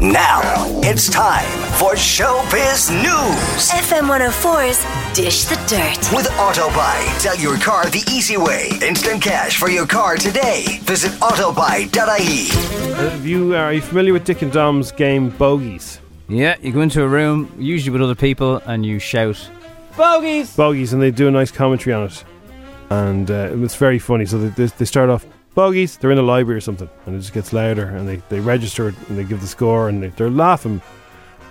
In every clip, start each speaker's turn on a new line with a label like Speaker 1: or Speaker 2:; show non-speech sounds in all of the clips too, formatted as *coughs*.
Speaker 1: Now it's time for Showbiz News
Speaker 2: FM 104's Dish the Dirt.
Speaker 1: with Autobuy. Sell your car the easy way. Instant cash for your car today. Visit autobuy.ie.
Speaker 3: Have you, uh, are you familiar with Dick and Dom's game Bogies?
Speaker 4: Yeah, you go into a room, usually with other people, and you shout, Bogies!
Speaker 3: Bogies, and they do a nice commentary on it. And uh, it's very funny. So they, they, they start off, Bogies, they're in a library or something, and it just gets louder, and they, they register it, and they give the score, and they, they're laughing.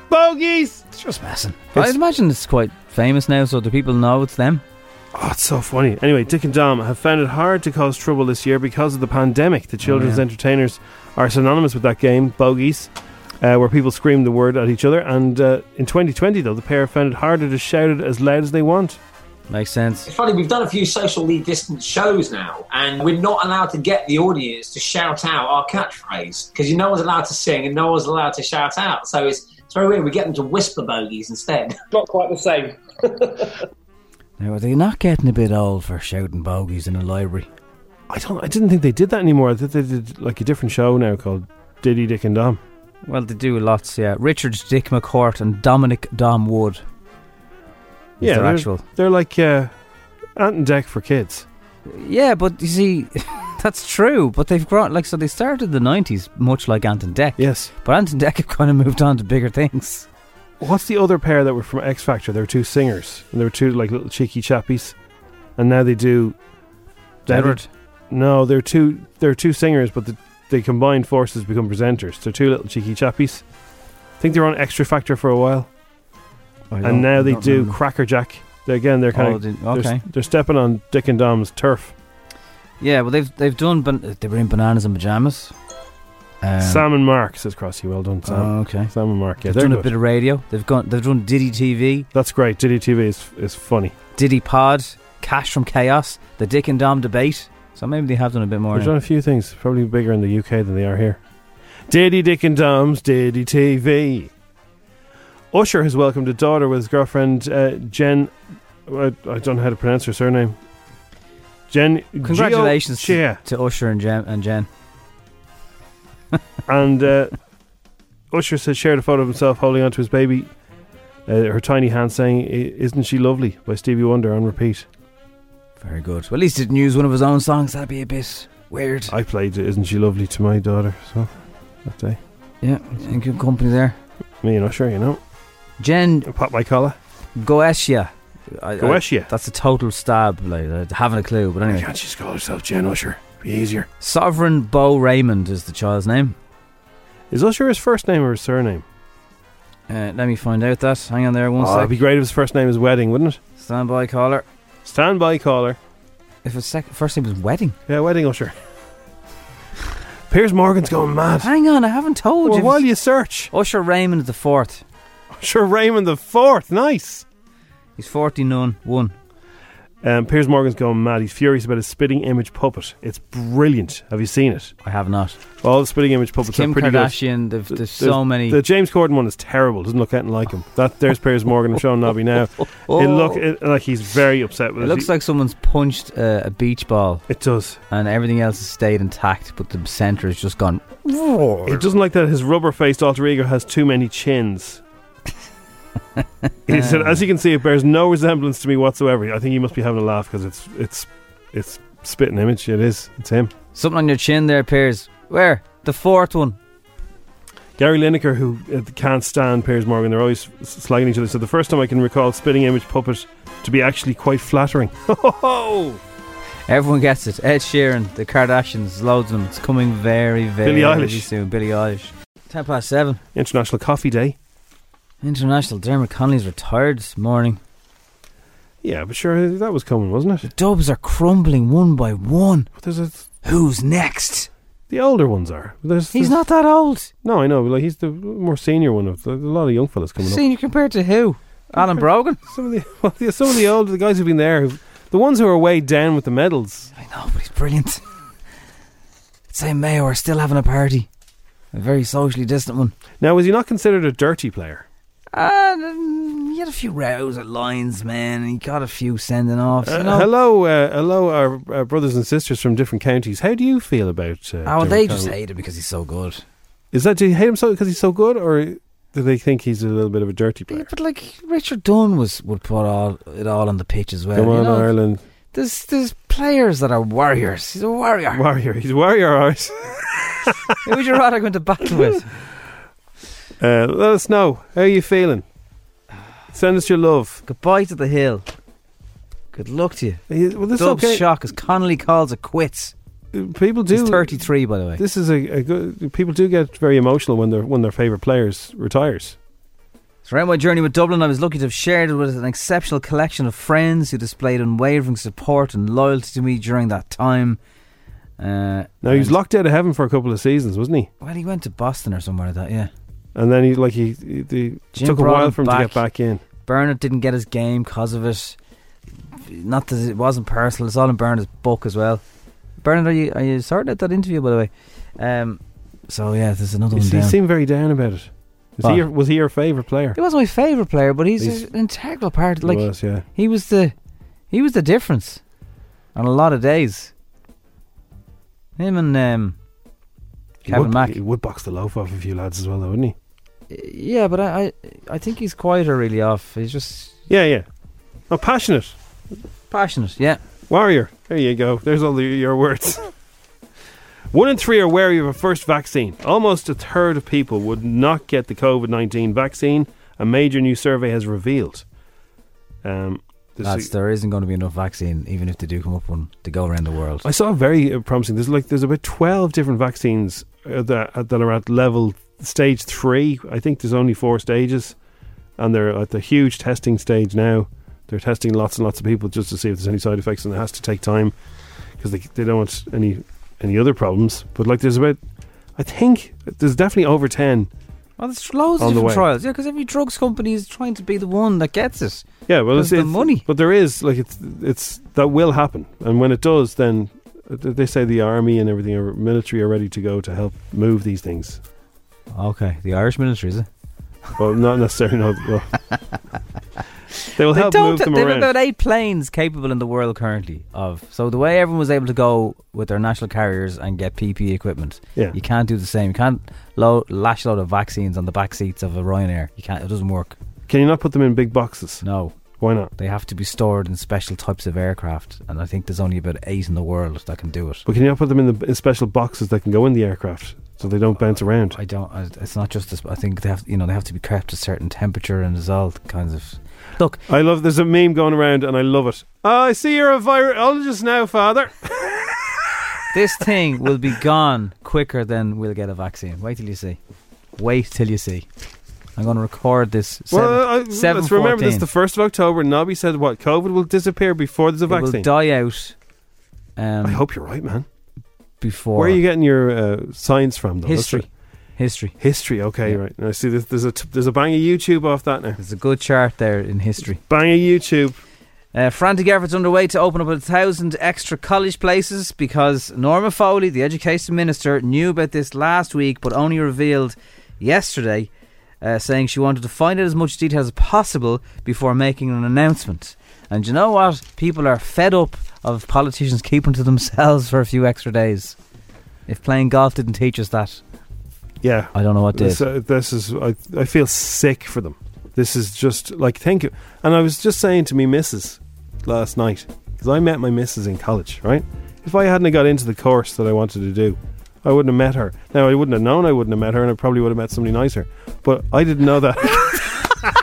Speaker 3: Bogies!
Speaker 4: It's just messing.
Speaker 3: It's-
Speaker 4: I'd imagine it's quite famous now, so do people know it's them?
Speaker 3: Oh, it's so funny. Anyway, Dick and Dom have found it hard to cause trouble this year because of the pandemic. The children's entertainers are synonymous with that game, Bogies, uh, where people scream the word at each other. And uh, in 2020, though, the pair found it harder to shout it as loud as they want.
Speaker 4: Makes sense.
Speaker 5: It's funny, we've done a few socially distanced shows now, and we're not allowed to get the audience to shout out our catchphrase because no one's allowed to sing and no one's allowed to shout out. So it's, it's very weird. We get them to whisper bogeys instead. *laughs* Not quite the same.
Speaker 4: Now, are they not getting a bit old for shouting bogies in a library?
Speaker 3: I don't. I didn't think they did that anymore. I think they did like a different show now called Diddy Dick and Dom.
Speaker 4: Well, they do lots, yeah. Richard Dick McCourt and Dominic Dom Wood. Is their
Speaker 3: they're,
Speaker 4: actual.
Speaker 3: they're like uh, Ant and Deck for kids.
Speaker 4: Yeah, but you see, *laughs* that's true. But they've grown, like, so they started in the 90s, much like Ant and Deck.
Speaker 3: Yes.
Speaker 4: But Ant and Deck have kind of moved on to bigger things.
Speaker 3: What's the other pair that were from X Factor? They were two singers and they were two like little cheeky chappies, and now they do. now they-
Speaker 4: Edward.
Speaker 3: No, they're two. They're two singers, but the, they combine forces to become presenters. They're two little cheeky chappies. I think they were on Extra Factor for a while, and now they do Cracker Jack. They- Again, they're kind
Speaker 4: Oh,
Speaker 3: of
Speaker 4: they-
Speaker 3: they're s-
Speaker 4: okay.
Speaker 3: they're stepping on Dick and Dom's turf.
Speaker 4: Yeah, well, they've they've done. Ban- they were in bananas and pajamas. Um,
Speaker 3: Sam and Mark says Crossy, well done, Sam.
Speaker 4: Oh, okay.
Speaker 3: Sam and Mark, yeah,
Speaker 4: They've
Speaker 3: they're
Speaker 4: done a
Speaker 3: good.
Speaker 4: bit of radio. They've gone. They've done Diddy TV,
Speaker 3: That's great. Diddy TV is is funny.
Speaker 4: Diddy Pod, Cash from Chaos, the Dick and Dom debate. So maybe they have done a bit more.
Speaker 3: They've
Speaker 4: now.
Speaker 3: done a few things, probably bigger in the UK than they are here. Diddy Dick and Dom's Diddy TV. Usher has welcomed a daughter with his girlfriend uh, Jen. I, I don't know how to pronounce her surname. Jen.
Speaker 4: uh, Congratulations to-
Speaker 3: Yeah,
Speaker 4: to, Usher and Jen. And Jen.
Speaker 3: and uh, Usher has shared a photo of himself holding onto his baby, uh, her tiny hand, saying, "I- "Isn't she lovely?" by Stevie Wonder on repeat.
Speaker 4: Very good. Well, at least he didn't use one of his own songs. That'd be a bit weird.
Speaker 3: I played Isn't She Lovely to my daughter, so that day.
Speaker 4: yeah, in good company there.
Speaker 3: Me and Usher, you know.
Speaker 4: Jen
Speaker 3: I pop my collar.
Speaker 4: Goetia. I- I-
Speaker 3: Goetia.
Speaker 4: That's a total stab. Like, I haven't a clue, but anyway.
Speaker 3: can't she just call herself Jen Usher? Be easier.
Speaker 4: Sovereign Bo Raymond is the child's name.
Speaker 3: Is Usher his first name or his surname?
Speaker 4: Uh, let me find out that. Hang on there one
Speaker 3: Oh, it'd be
Speaker 4: sec.
Speaker 3: great if his first name is Wedding, wouldn't it?
Speaker 4: Stand by, caller.
Speaker 3: Stand by, caller.
Speaker 4: If his sec- first name was Wedding.
Speaker 3: Yeah, Wedding Usher. Piers Morgan's going mad.
Speaker 4: Hang on, I haven't told
Speaker 3: Well,
Speaker 4: you.
Speaker 3: while you search,
Speaker 4: Usher Raymond the fourth.
Speaker 3: Usher Raymond the Fourth, nice.
Speaker 4: He's forty nine one.
Speaker 3: Um, Piers Morgan's going mad. He's furious about his spitting image puppet. It's brilliant. Have you seen it?
Speaker 4: I have not.
Speaker 3: All the spitting image puppets
Speaker 4: It's Kim
Speaker 3: are pretty good.
Speaker 4: Kardashian. They've, there's, so many.
Speaker 3: The James Corden one is terrible. Doesn't look anything like him. That there's Piers Morgan. I'm showing Nobby
Speaker 4: *laughs*
Speaker 3: now. It look it, like he's very upset with
Speaker 4: it looks
Speaker 3: He-
Speaker 4: like someone's punched uh, a beach ball
Speaker 3: it does.
Speaker 4: and everything else has stayed intact, but the center has just gone.
Speaker 3: It doesn't like that his rubber-faced alter ego has too many chins. he said, "As you can see, it bears no resemblance to me whatsoever." I think he must be having a laugh because it's it's it's spitting image. It is. It's him.
Speaker 4: Something on your chin there, Piers. Where? The fourth one.
Speaker 3: Gary Lineker, who uh, can't stand Piers Morgan, they're always s- slagging each other. So the first time I can recall spitting image puppet to be actually quite flattering. *laughs*
Speaker 4: Oh! Everyone gets it. Ed Sheeran, the Kardashians, loads of them. It's coming very, very
Speaker 3: Billie Eilish.
Speaker 4: soon. Billie Eilish. Ten past seven.
Speaker 3: International Coffee Day.
Speaker 4: International Dermot Connolly's retired this morning.
Speaker 3: Yeah, but sure that was coming, wasn't it?
Speaker 4: Dubs are crumbling one by one.
Speaker 3: But there's a,
Speaker 4: Who's next?
Speaker 3: the older ones are. There's,
Speaker 4: He's
Speaker 3: there's-
Speaker 4: not that old.
Speaker 3: No, I know. Like he's the more senior one of the, a lot of young fellas coming up.
Speaker 4: Senior compared to who? Alan Brogan?
Speaker 3: Some of the *laughs* well, the- some of the old the guys who've been there, who've- the ones who are way down with the medals.
Speaker 4: I know, but he's brilliant. Same Mayo are still having a party. A very socially distant one.
Speaker 3: Now, was he not considered a dirty player?
Speaker 4: And um, he had a few rows at Lions, man, and he got a few sending offs. You
Speaker 3: Uh,
Speaker 4: know,
Speaker 3: hello, uh, hello, our, our brothers and sisters from different counties. How do you feel about? Uh,
Speaker 4: oh,
Speaker 3: Dermot
Speaker 4: they just
Speaker 3: Connolly?
Speaker 4: hate him because he's so good.
Speaker 3: Is that do you hate him so because he's so good, or do they think he's a little bit of a dirty
Speaker 4: Yeah,
Speaker 3: player?
Speaker 4: but like Richard Dunn was would put all it all on the pitch as well.
Speaker 3: Come
Speaker 4: you
Speaker 3: on,
Speaker 4: know?
Speaker 3: Ireland,
Speaker 4: There's there's players that are warriors. He's a warrior.
Speaker 3: warrior. He's warrior Irish.
Speaker 4: Who would you rather go into battle with?
Speaker 3: *laughs* Uh, let us know how are you feeling. Send us your love.
Speaker 4: *laughs* Goodbye to the hill. Good luck to you.
Speaker 3: Uh, Well, this is
Speaker 4: Dub's
Speaker 3: okay.
Speaker 4: shock as Connolly calls it quits.
Speaker 3: People do.
Speaker 4: He's 33, by the way.
Speaker 3: This is a, a good. People do get very emotional when their when their favorite players retires.
Speaker 4: Throughout my journey with Dublin, I was lucky to have shared it with an exceptional collection of friends who displayed unwavering support and loyalty to me during that time. Uh,
Speaker 3: Now he was
Speaker 4: and-
Speaker 3: locked out of heaven for a couple of seasons, wasn't he?
Speaker 4: Well, he went to Boston or somewhere like that, yeah.
Speaker 3: And then he like he, he, he
Speaker 4: Jim
Speaker 3: took a
Speaker 4: brought
Speaker 3: while
Speaker 4: him
Speaker 3: for him to
Speaker 4: back.
Speaker 3: get back in.
Speaker 4: Bernard didn't get his game because of it. Not that it wasn't personal. It's all in Bernard's book as well. Bernard, are you are you sorting out that interview by the way? Um, so yeah, there's another
Speaker 3: He,
Speaker 4: one
Speaker 3: he
Speaker 4: down.
Speaker 3: seemed very down about it. Was
Speaker 4: What?
Speaker 3: he your, was he your favorite player?
Speaker 4: He wasn't my favorite player, but he's,
Speaker 3: He's-
Speaker 4: an integral part. Like
Speaker 3: he was, yeah.
Speaker 4: he was the he was the difference on a lot of days. Him and um,
Speaker 3: he
Speaker 4: Kevin
Speaker 3: would,
Speaker 4: Mack.
Speaker 3: He would box the loaf off a few lads as well, though, wouldn't he?
Speaker 4: Yeah, but I, I I think he's quieter really off. He's just
Speaker 3: Yeah, yeah. Oh, passionate
Speaker 4: passionate. Yeah.
Speaker 3: warrior. There you go. There's all the, your words. *laughs* One in three are wary of a first vaccine. Almost a third of people would not get the COVID nineteen vaccine. A major new survey has revealed. Um, this
Speaker 4: Lads, there isn't going to be enough vaccine, even if they do come up one to go around the world.
Speaker 3: I saw very uh, promising. There's like there's about twelve different vaccines uh, that uh, that are at level stage three. I think there's only four stages, and they're at the huge testing stage now. They're testing lots and lots of people just to see if there's any side effects, and it has to take time because they they don't want any any other problems. But like there's about, I think there's definitely over ten.
Speaker 4: Well, there's loads of
Speaker 3: On the
Speaker 4: different
Speaker 3: way.
Speaker 4: trials. Yeah, because every drugs company is trying to be the one that gets it.
Speaker 3: Yeah, well, it's,
Speaker 4: There's the
Speaker 3: it's-
Speaker 4: money.
Speaker 3: but there is like it's it's that will happen, and when it does, then uh, they say the army and everything, are military are ready to go to help move these things.
Speaker 4: Okay, the Irish military is it?
Speaker 3: Well, not necessarily. No, well.
Speaker 4: *laughs*
Speaker 3: they will
Speaker 4: They
Speaker 3: help
Speaker 4: don't.
Speaker 3: move them
Speaker 4: they have
Speaker 3: around.
Speaker 4: about eight planes capable in the world currently of. So the way everyone was able to go with their national carriers and get PPE equipment,
Speaker 3: Yeah.
Speaker 4: you can't do the same. You can't lo- lash a load of vaccines on the back seats of a Ryanair. You can't. It doesn't work.
Speaker 3: Can you not put them in big boxes?
Speaker 4: No,
Speaker 3: Why not?
Speaker 4: they have to be stored in special types of aircraft, and I think there's only about eight in the world that can do it.
Speaker 3: But can you not put them in the in special boxes that can go in the aircraft so they don't bounce around?
Speaker 4: I don't. I, it's not just this. I think they have. You know, they have to be kept a certain temperature, and there's all kinds of. Look,
Speaker 3: I love. There's a meme going around, and I love it. Ah, I see you're a virologist now,
Speaker 4: *laughs*
Speaker 3: Father. *laughs*
Speaker 4: this thing will be gone quicker than we'll get a vaccine. Wait till you see. Wait till you see. I'm going to record this. Seven,
Speaker 3: well, I,
Speaker 4: seven
Speaker 3: let's remember this:
Speaker 4: 14.
Speaker 3: the first of October. Nobby said what COVID will disappear before there's a
Speaker 4: It
Speaker 3: vaccine.
Speaker 4: will die out. Um,
Speaker 3: I hope you're right, man.
Speaker 4: before
Speaker 3: Where are you getting your uh, science from? Though? That's
Speaker 4: history.
Speaker 3: right.
Speaker 4: History.
Speaker 3: History. Okay,
Speaker 4: Yeah.
Speaker 3: right. I see. There's, there's a t- there's a bang of YouTube off that now.
Speaker 4: There's a good chart there in history.
Speaker 3: Bang of YouTube.
Speaker 4: Uh, frantic efforts underway to open up a thousand extra college places because Norma Foley, the education minister, knew about this last week but only revealed yesterday, uh, saying she wanted to find out as much detail as possible before making an announcement. And you know what? People are fed up of politicians *laughs* keeping to themselves for a few extra days. If playing golf didn't teach us that,
Speaker 3: Yeah.
Speaker 4: I don't know what did.
Speaker 3: This, uh, this is I, I feel sick for them. This is just like thank you. And I was just saying to me missus last night because I met my missus in college, right? If I hadn't have got into the course that I wanted to do, I wouldn't have met her. Now, I wouldn't have known I wouldn't have met her, and I probably would have met somebody nicer. But I didn't know that. *laughs*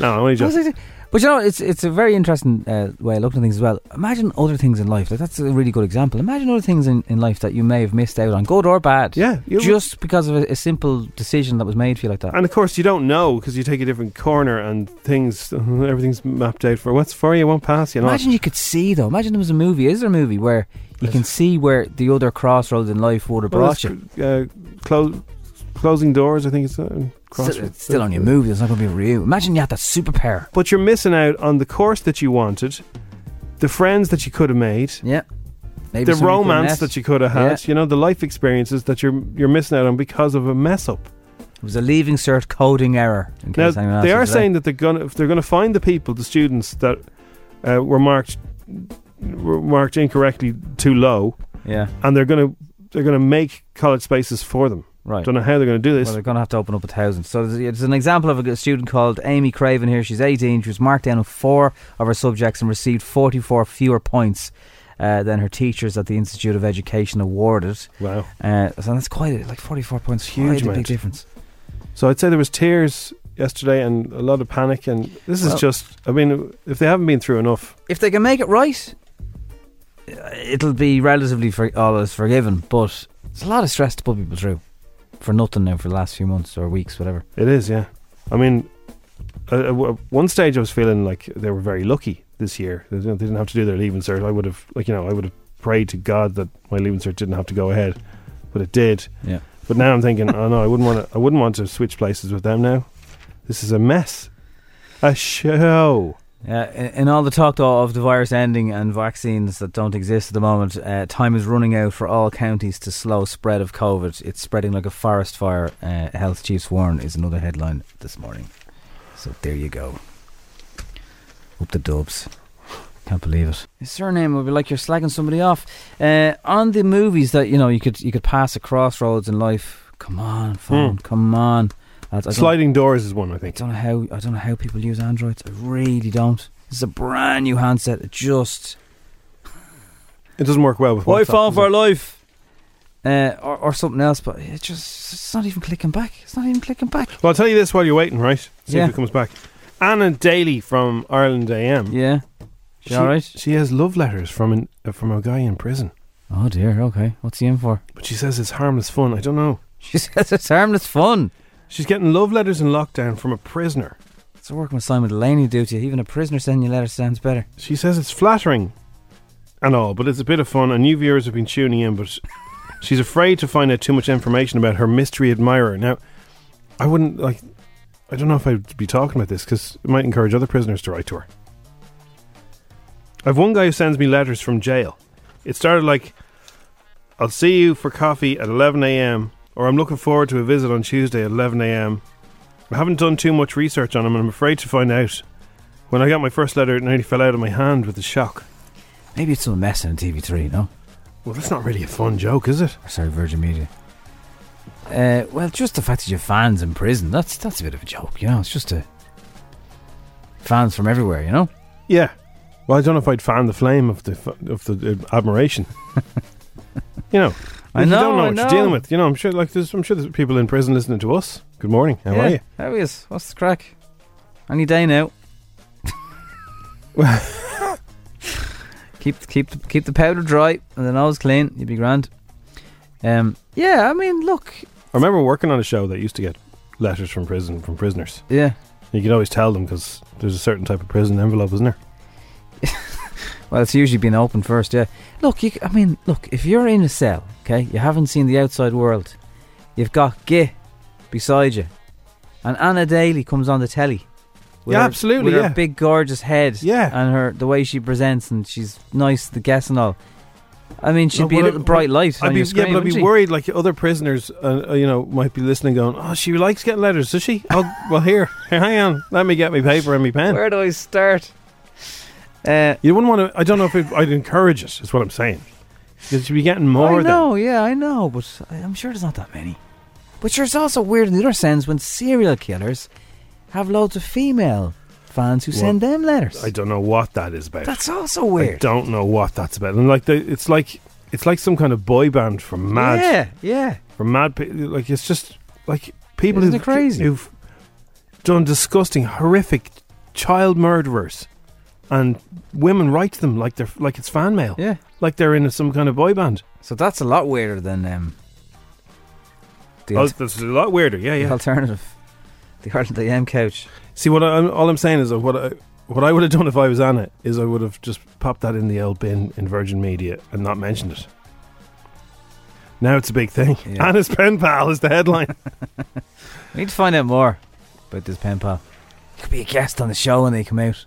Speaker 3: no, I'm only
Speaker 4: What was
Speaker 3: joking.
Speaker 4: I saying? But you know, it's it's a very interesting uh, way of looking at things as well. Imagine other things in life. Like that's a really good example. Imagine other things in, in life that you may have missed out on, good or bad.
Speaker 3: Yeah, you-
Speaker 4: just because of a, a simple decision that was made for you like that.
Speaker 3: And of course, you don't know because you take a different corner and things, *laughs* everything's mapped out for what's for you won't pass you. and all that.
Speaker 4: Imagine you could see though. Imagine there was a movie. Is there a movie where you can see where the other crossroads in life would have
Speaker 3: Well,
Speaker 4: brought
Speaker 3: that's
Speaker 4: you?
Speaker 3: cr- Uh, clo- closing doors, I think it's uh, cross.
Speaker 4: Still, it's still only a movie. It's not going to be real. Imagine you had that superpower.
Speaker 3: But you're missing out on the course that you wanted, the friends that you could have made,
Speaker 4: Yeah. Maybe
Speaker 3: the
Speaker 4: somebody could
Speaker 3: romance
Speaker 4: mess.
Speaker 3: that you could have
Speaker 4: Yeah.
Speaker 3: had. You know, the life experiences that you're you're missing out on because of a mess up.
Speaker 4: It was a leaving cert coding error. In case anyone
Speaker 3: now
Speaker 4: else
Speaker 3: they are
Speaker 4: was
Speaker 3: saying that they're gonna if they're gonna find the people, the students that uh, were marked were marked incorrectly too low,
Speaker 4: there. yeah,
Speaker 3: and they're gonna they're gonna make college spaces for them.
Speaker 4: right.
Speaker 3: Don't know how they're gonna do this.
Speaker 4: Well, they're going to have to open up a thousand. So there's, there's an example of a g- student called Amy Craven here. She's 18. She was marked down on four of her subjects and received 44 fewer points uh, than her teachers at the Institute of Education awarded.
Speaker 3: wow.
Speaker 4: Uh, so that's quite a, like 44 points.
Speaker 3: Huge
Speaker 4: quite a big
Speaker 3: amount.
Speaker 4: difference.
Speaker 3: So I'd say there was tears yesterday and a lot of panic. And this is
Speaker 4: Well-
Speaker 3: just, I mean, if they haven't been through enough,
Speaker 4: If they can make it right, uh, it'll be relatively for, all is forgiven. But it's a lot of stress to put people through for nothing now for the last few months or weeks, whatever.
Speaker 3: it is, yeah. I mean, uh, uh, w- at one stage I was feeling like they were very lucky this year. They didn't they didn't have to do their leaving cert. I would have, like, you know, I would have prayed to God that my leaving cert didn't have to go ahead, but it did.
Speaker 4: Yeah.
Speaker 3: But now I'm thinking, oh no, I wouldn't want to. I wouldn't want to switch places with them now. This is a mess, a show.
Speaker 4: Uh, in all the talk though of the virus ending and vaccines that don't exist at the moment, uh, time is running out for all counties to slow spread of COVID. It's spreading like a forest fire. Uh, Health chiefs warn is another headline this morning. So there you go. Up the dubs. Can't believe it. His surname would be like you're slagging somebody off. Uh, on the movies that you know you could you could pass a crossroads in life. Come on, phone. Come on. Lads, I don't-
Speaker 3: Sliding doors is one, I think.
Speaker 4: I don't know how I don't know how people use Androids. I really don't. This is a brand new handset. It just
Speaker 3: It doesn't work well with WhatsApp, does it?
Speaker 4: life, uh, or or something else. But it just it's not even clicking back. It's not even clicking back.
Speaker 3: Well, I'll tell you this while you're waiting, right? See
Speaker 4: Yeah.
Speaker 3: if it comes back. Anna Daly from Ireland AM.
Speaker 4: Yeah. She all right?
Speaker 3: She has love letters from an uh, from a guy in prison,
Speaker 4: Oh dear. Okay. What's he in for? *laughs*
Speaker 3: but she says it's harmless fun. I don't know.
Speaker 4: She says it's harmless fun.
Speaker 3: She's getting love letters in lockdown from a prisoner.
Speaker 4: It's a working with Simon Delaney duty. Even a prisoner sending you letters sounds better.
Speaker 3: She says it's flattering and all, but it's a bit of fun. And new viewers have been tuning in, but she's afraid to find out too much information about her mystery admirer. Now, I wouldn't like. I don't know if I'd be talking about this because it might encourage other prisoners to write to her. I've one guy who sends me letters from jail. It started like, "I'll see you for coffee at 11 a.m." or "I'm looking forward to a visit on Tuesday at 11 a.m." I haven't done too much research on him, and I'm afraid to find out. When I got my first letter, it nearly fell out of my hand with the shock.
Speaker 4: Maybe it's some mess in TV3. No.
Speaker 3: Well, that's not really a fun joke, is it?
Speaker 4: Or sorry, Virgin Media. Uh, well, just the fact that your fans in prison, that's that's a bit of a joke, you know. It's just a fans from everywhere, you know.
Speaker 3: Yeah. Well, I don't know if I'd fan the flame of the f- of the uh, *laughs* admiration. you know,
Speaker 4: I
Speaker 3: if you
Speaker 4: know,
Speaker 3: don't know
Speaker 4: I
Speaker 3: what
Speaker 4: know.
Speaker 3: you're dealing with. You know, I'm sure like there's I'm sure there's people in prison listening to us. Good morning. How are you?
Speaker 4: How is? What's the crack? Any
Speaker 3: *laughs*
Speaker 4: day now. keep keep the, keep the powder dry and the nose clean. You'd be grand. Um, yeah, I mean, look,
Speaker 3: I remember working on a show that used to get letters from prison from prisoners.
Speaker 4: yeah.
Speaker 3: You could always tell them because there's a certain type of prison envelope, isn't there?
Speaker 4: Well, it's usually been open first, yeah. Look, you, c- I mean, look, if you're in a cell, okay, you haven't seen the outside world, you've got Gih beside you, and Anna Daly comes on the telly. with
Speaker 3: Yeah,
Speaker 4: her-
Speaker 3: absolutely,
Speaker 4: With
Speaker 3: yeah.
Speaker 4: her big, gorgeous head,
Speaker 3: Yeah.
Speaker 4: and her the way she presents, and she's nice, the guess and all. I mean, she'd
Speaker 3: No,
Speaker 4: be a
Speaker 3: but I-
Speaker 4: little bright light
Speaker 3: I'd
Speaker 4: on
Speaker 3: be,
Speaker 4: your
Speaker 3: yeah,
Speaker 4: screen.
Speaker 3: but I'd
Speaker 4: wouldn't
Speaker 3: be
Speaker 4: she?
Speaker 3: worried like other prisoners, uh, uh, you know, might be listening, going, "Oh, she likes getting letters, does she?" Oh, well, here, *laughs* hang on, let me get me paper and me pen.
Speaker 4: Where do I start? Uh,
Speaker 3: You wouldn't want to. I don't know if it, I'd encourage it. Is what I'm saying. Because you'd be getting
Speaker 4: I
Speaker 3: more than
Speaker 4: know, yeah, I know, but I- I'm sure there's not that many. But sure, it's also weird in the other sense when serial killers have loads of female fans who
Speaker 3: Well,
Speaker 4: send them letters.
Speaker 3: I don't know what that is about.
Speaker 4: That's also
Speaker 3: I
Speaker 4: weird.
Speaker 3: don't know what that's about. And like, the, it's like it's like some kind of boy band from mad
Speaker 4: Yeah, yeah.
Speaker 3: from mad pe- like it's just like people
Speaker 4: Isn't
Speaker 3: who've,
Speaker 4: it crazy?
Speaker 3: who've done disgusting, horrific child murderers, and women write to them like they're like it's fan mail.
Speaker 4: Yeah.
Speaker 3: like they're in some kind of boy band.
Speaker 4: So that's a lot weirder than um, the,
Speaker 3: Oh,
Speaker 4: al-
Speaker 3: that's a lot weirder. Yeah,
Speaker 4: the
Speaker 3: yeah.
Speaker 4: alternative. The Ireland AM couch.
Speaker 3: See what I'm all I'm saying is that what I what I would have done if I was Anna is I would have just popped that in the old bin in Virgin Media and not mentioned it. Now it's a big thing. *laughs*
Speaker 4: Yeah.
Speaker 3: Anna's pen pal is the
Speaker 4: *laughs*
Speaker 3: headline.
Speaker 4: We need to find out more about this pen pal. You could be a guest on the show when they come out.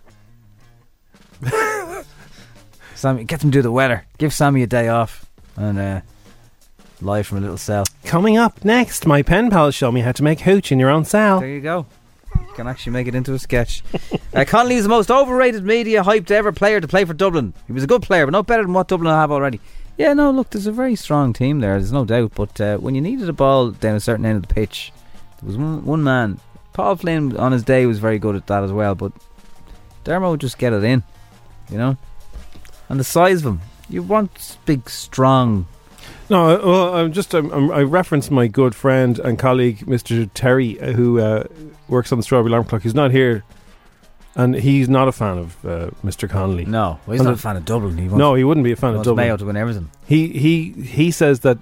Speaker 4: Sammy, get them to do the weather. Give Sammy a day off and uh, live from a little cell.
Speaker 3: Coming up next, my pen pal show me how to make hooch in your own cell.
Speaker 4: There you go. You can actually make it into a sketch. uh, Connolly is the most overrated media hyped ever player to play for Dublin. He was a good player, but not better than what Dublin have already. Yeah, no, look, there's a very strong team there, there's no doubt. But uh, when you needed a ball down a certain end of the pitch, there was one, one man. Paul Flynn on his day was very good at that as well, but Dermo would just get it in, you know? And the size of him. You want big, strong.
Speaker 3: No, uh, well, I'm just I'm, I'm, I referenced my good friend and colleague, Mr. Terry, uh, who uh, works on the Strawberry Alarm Clock. He's not here, and he's not a fan of uh, Mr. Connolly.
Speaker 4: No, well, he's
Speaker 3: And
Speaker 4: not
Speaker 3: the-
Speaker 4: a fan of Dublin. He wants,
Speaker 3: No, he wouldn't be a fan
Speaker 4: he
Speaker 3: of
Speaker 4: wants
Speaker 3: Dublin.
Speaker 4: Mayo to win everything.
Speaker 3: He he he says that.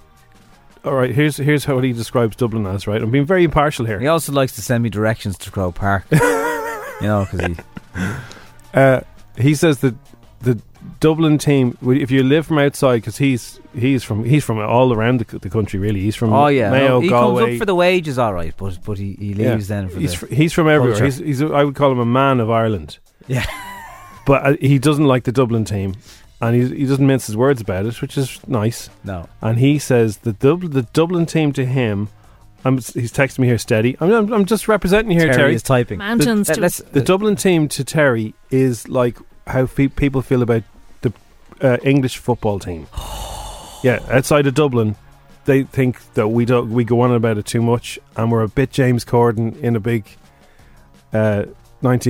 Speaker 3: All right, here's here's how he describes Dublin as. Right, I'm being very impartial here.
Speaker 4: He also likes to send me directions to
Speaker 3: *laughs*
Speaker 4: Crow Park. you know, because he.
Speaker 3: Uh, he says that the Dublin team, w- if you live from outside, because he's he's from he's from all around the, c- the country, really. He's from
Speaker 4: Oh yeah,
Speaker 3: Mayo,
Speaker 4: he
Speaker 3: Galway.
Speaker 4: comes up for the wages, all right, but but he, he
Speaker 3: Yeah.
Speaker 4: leaves then for
Speaker 3: he's
Speaker 4: the.
Speaker 3: fr- he's from everywhere.
Speaker 4: culture.
Speaker 3: He's, he's a, I would call him a man of Ireland.
Speaker 4: *laughs* Yeah.
Speaker 3: but uh, he doesn't like the Dublin team, and he he doesn't mince his words about it, which is nice.
Speaker 4: no,
Speaker 3: And he says the Dub- the Dublin team to him. I'm, s- he's texting me here steady. I'm, I'm, I'm just representing here,
Speaker 4: Terry,
Speaker 3: Terry.
Speaker 4: is typing.
Speaker 6: Mountains
Speaker 4: Let-
Speaker 6: to
Speaker 4: uh, let's-
Speaker 3: The Dublin team to Terry is like how fe- people feel about the uh, English football team. yeah, outside of Dublin, they think that we don't we go on about it too much, and we're a bit James Corden in a big uh,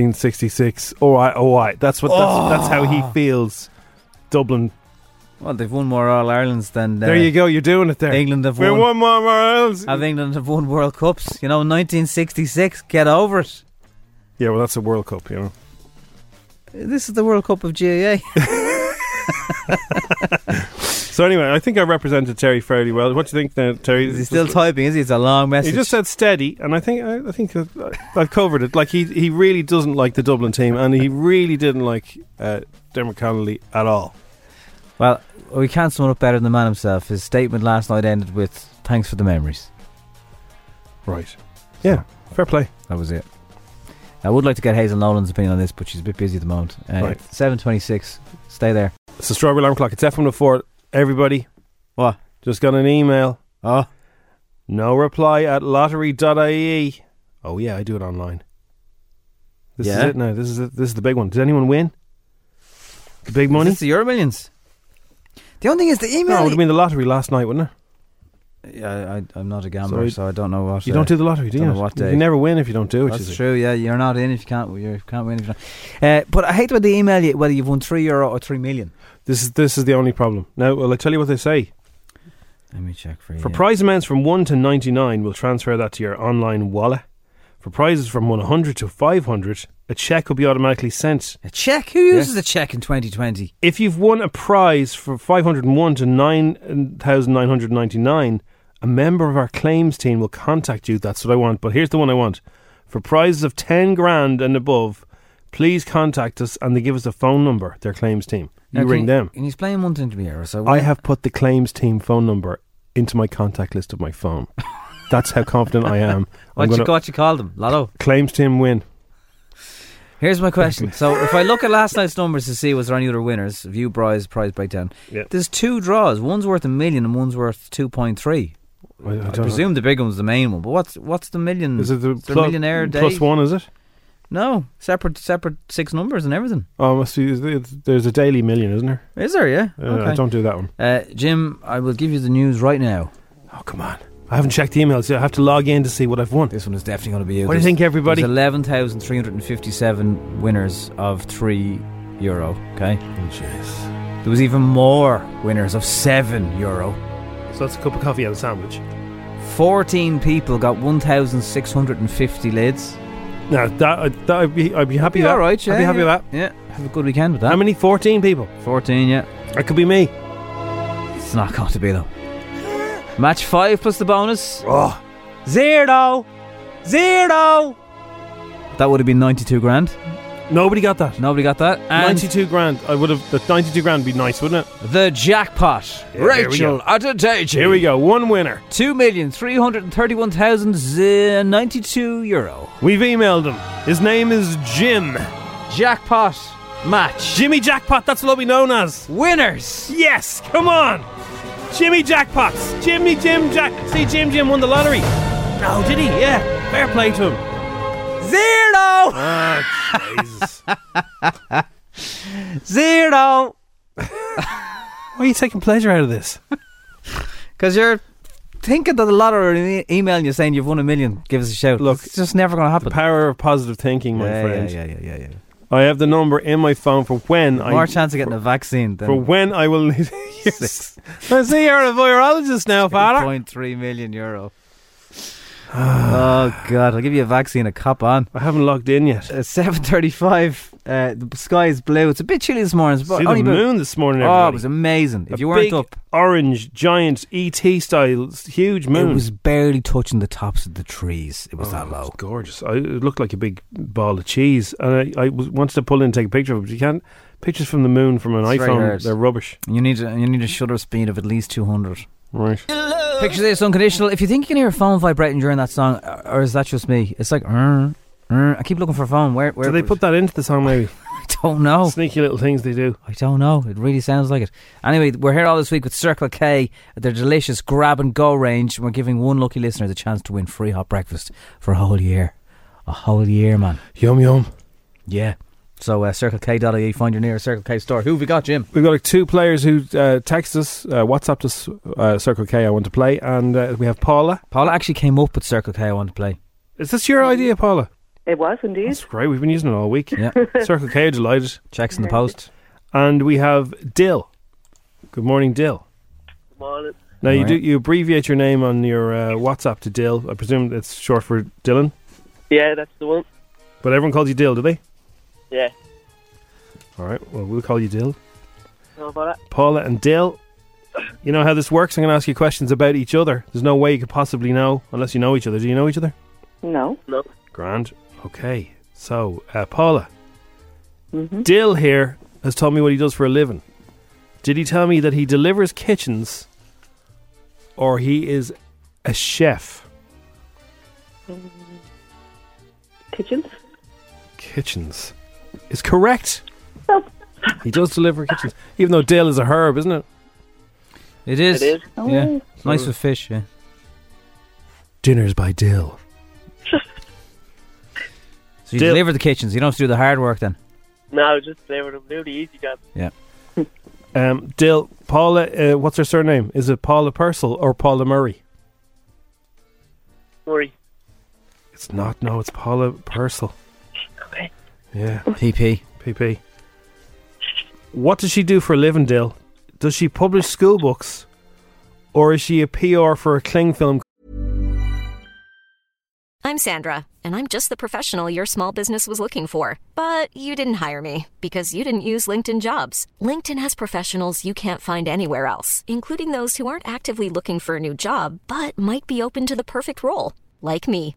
Speaker 3: 1966. All right, all right. That's what that's, that's how he feels. Dublin.
Speaker 4: well, they've won more All Irelands than uh,
Speaker 3: There you go. You're doing it there.
Speaker 4: England have
Speaker 3: we
Speaker 4: won.
Speaker 3: won more miles.
Speaker 4: Have England have won World Cups? You know, 1966. Get over it.
Speaker 3: Yeah, well, that's a World Cup, you know.
Speaker 4: This is the World Cup of *laughs* GAA.
Speaker 3: So anyway, I think I represented Terry fairly well. What do you think, now, Terry?
Speaker 4: Is he still typing? Is he? It's a long
Speaker 3: He
Speaker 4: message.
Speaker 3: just said steady, and I think I, I think that- uh, I've covered it. Like he he really doesn't like the Dublin team, and he really didn't like uh, Dermot Connolly at all.
Speaker 4: well, we can't sum it up better than the man himself. His statement last night ended with "Thanks for the memories."
Speaker 3: Right? Yeah. Fair play.
Speaker 4: That was it. I would like to get Hazel Nolan's opinion on this, but she's a bit busy at the moment. Uh,
Speaker 3: Right.
Speaker 4: 7:26. Stay there.
Speaker 3: It's the strawberry alarm clock. It's F one four. Everybody
Speaker 4: What?
Speaker 3: just got an email.
Speaker 4: Oh,
Speaker 3: No reply at lottery.ie. Oh yeah, I do it online. This is
Speaker 4: Yeah?
Speaker 3: it now. This is it. this is the big one. Did anyone win? The big money?
Speaker 4: Is this the Euro Millions? The only thing is the
Speaker 3: No, it
Speaker 4: email.
Speaker 3: would have been the lottery last night, wouldn't it?
Speaker 4: yeah, I, I'm not a
Speaker 3: Sorry.
Speaker 4: gambler, so I don't know what.
Speaker 3: You
Speaker 4: uh,
Speaker 3: don't do the lottery, do
Speaker 4: don't
Speaker 3: you?
Speaker 4: know what
Speaker 3: you
Speaker 4: day.
Speaker 3: never win if you don't do it. you
Speaker 4: That's
Speaker 3: see.
Speaker 4: true. Yeah, you're not in if you can't. You can't win if you don't. Uh, but I hate when they email you whether you've won three euro or three million.
Speaker 3: This is this is the only problem. Now, well, I tell you what they say.
Speaker 4: Let me check for you.
Speaker 3: For prize amounts from one to ninety nine, we'll transfer that to your online wallet. For prizes from one hundred to five hundred, a check will be automatically sent.
Speaker 4: a check. Who uses a check in 2020?
Speaker 3: If you've won a prize from five hundred and one to nine thousand nine hundred ninety nine, a member of our claims team will contact you. That's what I want. But here's the one I want. For prizes of ten grand and above, please contact us, and they give us a phone number. Their claims team. You
Speaker 4: Now, can
Speaker 3: ring them.
Speaker 4: Can you explain one thing to me, Euro? So
Speaker 3: I have put the claims team phone number into my contact list of my phone. That's how confident I am. I'm
Speaker 4: What you,
Speaker 3: gonna-
Speaker 4: what you call them, Lotto?
Speaker 3: claims team win.
Speaker 4: Here's my
Speaker 3: *laughs*
Speaker 4: question. So if I look at last night's numbers to see was there any other winners, view prize, prize breakdown.
Speaker 3: Yeah.
Speaker 4: There's two draws. One's worth a million and one's worth two point three.
Speaker 3: I, I
Speaker 4: I,
Speaker 3: don't know.
Speaker 4: presume the big one's the main one. But what's what's the million?
Speaker 3: Is it the
Speaker 4: there
Speaker 3: plu-
Speaker 4: millionaire day?
Speaker 3: plus one? Is it?
Speaker 4: No, separate separate six numbers and everything.
Speaker 3: Oh, must be. is there- There's a daily million, isn't there?
Speaker 4: Is there? Yeah.
Speaker 3: Uh, I don't do that one.
Speaker 4: Uh, Jim, I will give you the news right now.
Speaker 3: Oh come on! I haven't checked the emails. yet. I have to log in to see what I've won.
Speaker 4: This one is definitely going to be you.
Speaker 3: What do you
Speaker 4: There's-
Speaker 3: think, everybody?
Speaker 4: There's eleven thousand three hundred and fifty-seven winners of three euro. Okay.
Speaker 3: Jeez.
Speaker 4: There was even more winners of 7 euro.
Speaker 3: So that's a cup of coffee and a sandwich.
Speaker 4: 14 people got 1650 lids.
Speaker 3: Now that I'd, that I'd be I'd be happy.
Speaker 4: Be
Speaker 3: with that.
Speaker 4: all right, yeah.
Speaker 3: I'd be happy
Speaker 4: yeah.
Speaker 3: with
Speaker 4: Yeah. Have a good weekend with
Speaker 3: that.
Speaker 4: that.
Speaker 3: How many? Fourteen people.
Speaker 4: 14, yeah.
Speaker 3: That could be me.
Speaker 4: It's not going to be though. Match 5 plus the bonus.
Speaker 3: Oh,
Speaker 4: Zero. Zero. That would have been 92 grand.
Speaker 3: nobody got that.
Speaker 4: Nobody got that. And
Speaker 3: Ninety-two grand. I would have. The ninety-two grand would be nice, wouldn't it?
Speaker 4: the jackpot.
Speaker 3: Yeah, here we go.
Speaker 4: Adedeji.
Speaker 3: Here we go. One winner.
Speaker 4: Two million three hundred thirty-one thousand uh, ninety-two euro
Speaker 3: We've emailed him. His name is Jim.
Speaker 4: jackpot match
Speaker 3: Jimmy Jackpot. That's what I'll be known as.
Speaker 4: winners.
Speaker 3: Yes. Come on. Jimmy Jackpots. Jimmy Jim Jack. See, Jim Jim won the lottery. No, did he? Yeah. Fair play to him.
Speaker 4: Zero.
Speaker 3: Ah, Jesus. Why
Speaker 4: *laughs* Zero.
Speaker 3: are you taking pleasure out of this?
Speaker 4: Because you're thinking that a lot are e- emailing you saying you've won a million. Give us a shout.
Speaker 3: Look,
Speaker 4: it's just never going to
Speaker 3: The
Speaker 4: happen.
Speaker 3: power of positive thinking, my
Speaker 4: yeah,
Speaker 3: friend.
Speaker 4: yeah, yeah, yeah, yeah, yeah.
Speaker 3: I have the number in my phone for when
Speaker 4: More
Speaker 3: I
Speaker 4: chance of getting a vaccine than
Speaker 3: for when I will *laughs* need. Yes.
Speaker 4: *laughs*
Speaker 3: I see you're *laughs* a virologist now, father.
Speaker 4: 1.3 million euro. *sighs* oh God! I'll give you a vaccine. A cop on.
Speaker 3: I haven't logged in yet.
Speaker 4: Uh, Seven thirty-five. Uh, the sky is blue. It's a bit chilly this morning. It's about-
Speaker 3: see
Speaker 4: only
Speaker 3: the
Speaker 4: about-
Speaker 3: moon this morning.
Speaker 4: Oh, it
Speaker 3: everybody.
Speaker 4: was amazing. If
Speaker 3: A
Speaker 4: you weren't
Speaker 3: big
Speaker 4: up,
Speaker 3: orange, giant ET style, s- huge moon.
Speaker 4: it was barely touching the tops of the trees. It was
Speaker 3: Oh,
Speaker 4: that
Speaker 3: it was
Speaker 4: low.
Speaker 3: gorgeous. I, it looked like a big ball of cheese, and I, I was, wanted to pull in and take a picture of it, but you can't. Pictures from the moon from an
Speaker 4: It's very hard.
Speaker 3: iPhone—they're rubbish.
Speaker 4: You need a, you need a shutter speed of at least two hundred.
Speaker 3: Right.
Speaker 4: Picture this unconditional. If you think you can hear a phone vibrating during that song, or or is that just me? It's like, "Mm, mm." I keep looking for a phone. Where where Oh.
Speaker 3: Did they put that into the song? Maybe
Speaker 4: *laughs* I don't know.
Speaker 3: sneaky little things they do.
Speaker 4: I don't know. It really sounds like it. Anyway, we're here all this week with Circle K at their delicious grab and go range. We're giving one lucky listener the chance to win free hot breakfast for a whole year. A whole year, man.
Speaker 3: Yum yum.
Speaker 4: Yeah. So uh, circlek.ie, find your nearest Circle K store. Who have we got, Jim?
Speaker 3: We've got like two players who uh, text us, uh, WhatsApped us, uh, Circle K, I want to play, and uh, we have Paula.
Speaker 4: Paula actually came up with Circle K I want to play.
Speaker 3: Is this your idea, Paula?
Speaker 6: It was indeed.
Speaker 3: That's great. We've been using it all week.
Speaker 6: *laughs*
Speaker 4: Yeah.
Speaker 3: *laughs* Circle K, delighted.
Speaker 4: Checks in the post.
Speaker 3: And we have Dill. Good morning, Dill.
Speaker 6: Morning.
Speaker 3: Now you
Speaker 4: Alright.
Speaker 3: do you abbreviate your name on your uh, WhatsApp to Dill. I presume it's short for Dylan,
Speaker 6: Yeah, that's the one.
Speaker 3: but everyone calls you Dill, do they?
Speaker 6: Yeah.
Speaker 3: All right. Well, we'll call you Dill.
Speaker 6: How about that?
Speaker 3: Paula and Dill. You know how this works. I'm going to ask you questions about each other. There's no way you could possibly know unless you know each other. Do you know each other?
Speaker 6: No. No.
Speaker 3: Grand. Okay. So, uh, Paula, Dill here has told me what he does for a living. Did he tell me that he delivers kitchens or he is a chef?
Speaker 6: Kitchens?
Speaker 3: Kitchens is correct. he does deliver kitchens, even though Dill is a herb, isn't it?
Speaker 4: It is.
Speaker 6: It is. Oh.
Speaker 4: Yeah. Nice with fish, yeah.
Speaker 3: Dinners by Dill.
Speaker 4: So you
Speaker 3: Dil-
Speaker 4: deliver the kitchens. You don't have to do the hard work then.
Speaker 6: No, just they were really easy guys.
Speaker 3: Um, Dill, Paula, uh, what's her surname? Is it Paula Purcell or Paula Murray?
Speaker 6: Worry.
Speaker 3: It's not. No, it's Paula Purcell.
Speaker 6: Okay.
Speaker 3: Yeah.
Speaker 4: PP.
Speaker 3: PP. What does she do for a living, Dill? Does she publish school books, or is she a PR for a Kling film?
Speaker 2: I'm Sandra, and I'm just the professional your small business was looking for. But you didn't hire me because you didn't use LinkedIn jobs. LinkedIn has professionals you can't find anywhere else, including those who aren't actively looking for a new job but might be open to the perfect role, like me.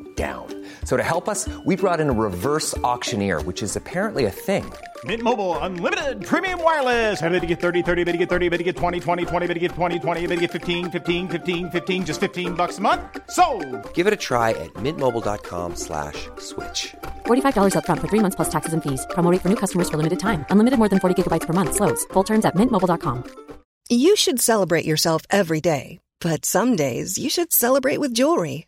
Speaker 7: down. So to help us, we brought in a reverse auctioneer, which is apparently a thing.
Speaker 8: Mint Mobile unlimited premium wireless. Ready to get 30, 30, bit to get 30, bit to get 20, 20, 20, bit to get 20, 20, bit to get 15, 15, 15, 15 just 15 bucks a month. Sold.
Speaker 7: Give it a try at mintmobile.com slash switch.
Speaker 9: $45 upfront for three months plus taxes and fees. Promo rate for new customers for limited time. Unlimited more than 40 gigabytes per month. Slows. Full terms at mintmobile.com.
Speaker 10: You should celebrate yourself every day, but some days you should celebrate with jewelry.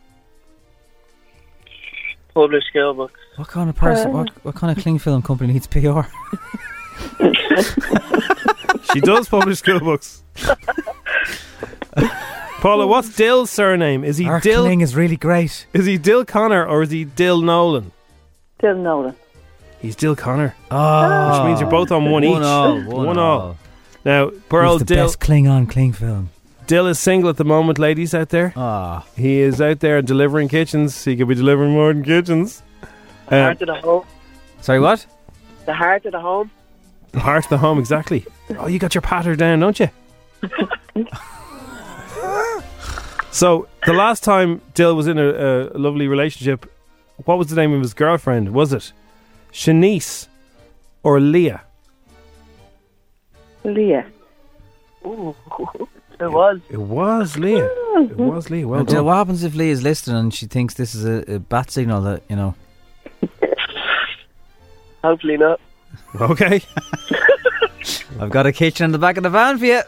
Speaker 6: Publish scale books.
Speaker 4: What kind of person?
Speaker 6: Uh.
Speaker 4: what, what kind of cling film company needs PR?
Speaker 3: She does publish school books. *laughs* Paula, what's Dill's surname? Is he
Speaker 4: *laughs* Our
Speaker 3: Dill?
Speaker 4: cling is really great.
Speaker 3: Is he Dill Connor or is he Dill Nolan?
Speaker 11: Still Nolan.
Speaker 3: He's Dill Connor.
Speaker 4: Oh,
Speaker 3: Which means you're both on one,
Speaker 4: One
Speaker 3: each.
Speaker 4: *laughs* all, one all.
Speaker 3: Now,
Speaker 4: He's
Speaker 3: Pearl
Speaker 4: the
Speaker 3: Dill.
Speaker 4: best Klingon cling film.
Speaker 3: Dill is single at the moment, ladies out there. Ah. He is out there delivering kitchens. He could be delivering more than kitchens. Uh,
Speaker 6: Heart of the home.
Speaker 3: Sorry, what?
Speaker 6: The heart of the home.
Speaker 3: *laughs* Heart of the home, exactly. Oh, you got your patter down, don't
Speaker 4: *laughs*
Speaker 3: you? so, the last time Dill was in a, a lovely relationship, what was the name of his girlfriend? Was it Shanice or Leah?
Speaker 11: Leah.
Speaker 6: Ooh, it was.
Speaker 3: It was Leah.
Speaker 6: *laughs*
Speaker 3: It was Leah. Well
Speaker 4: Now, Dill,
Speaker 3: done.
Speaker 4: what happens if Lee is listening and she thinks this is a, a bat signal that you know?
Speaker 6: Hopefully not.
Speaker 3: Okay.
Speaker 4: I've got a kitchen in the back of the van for you.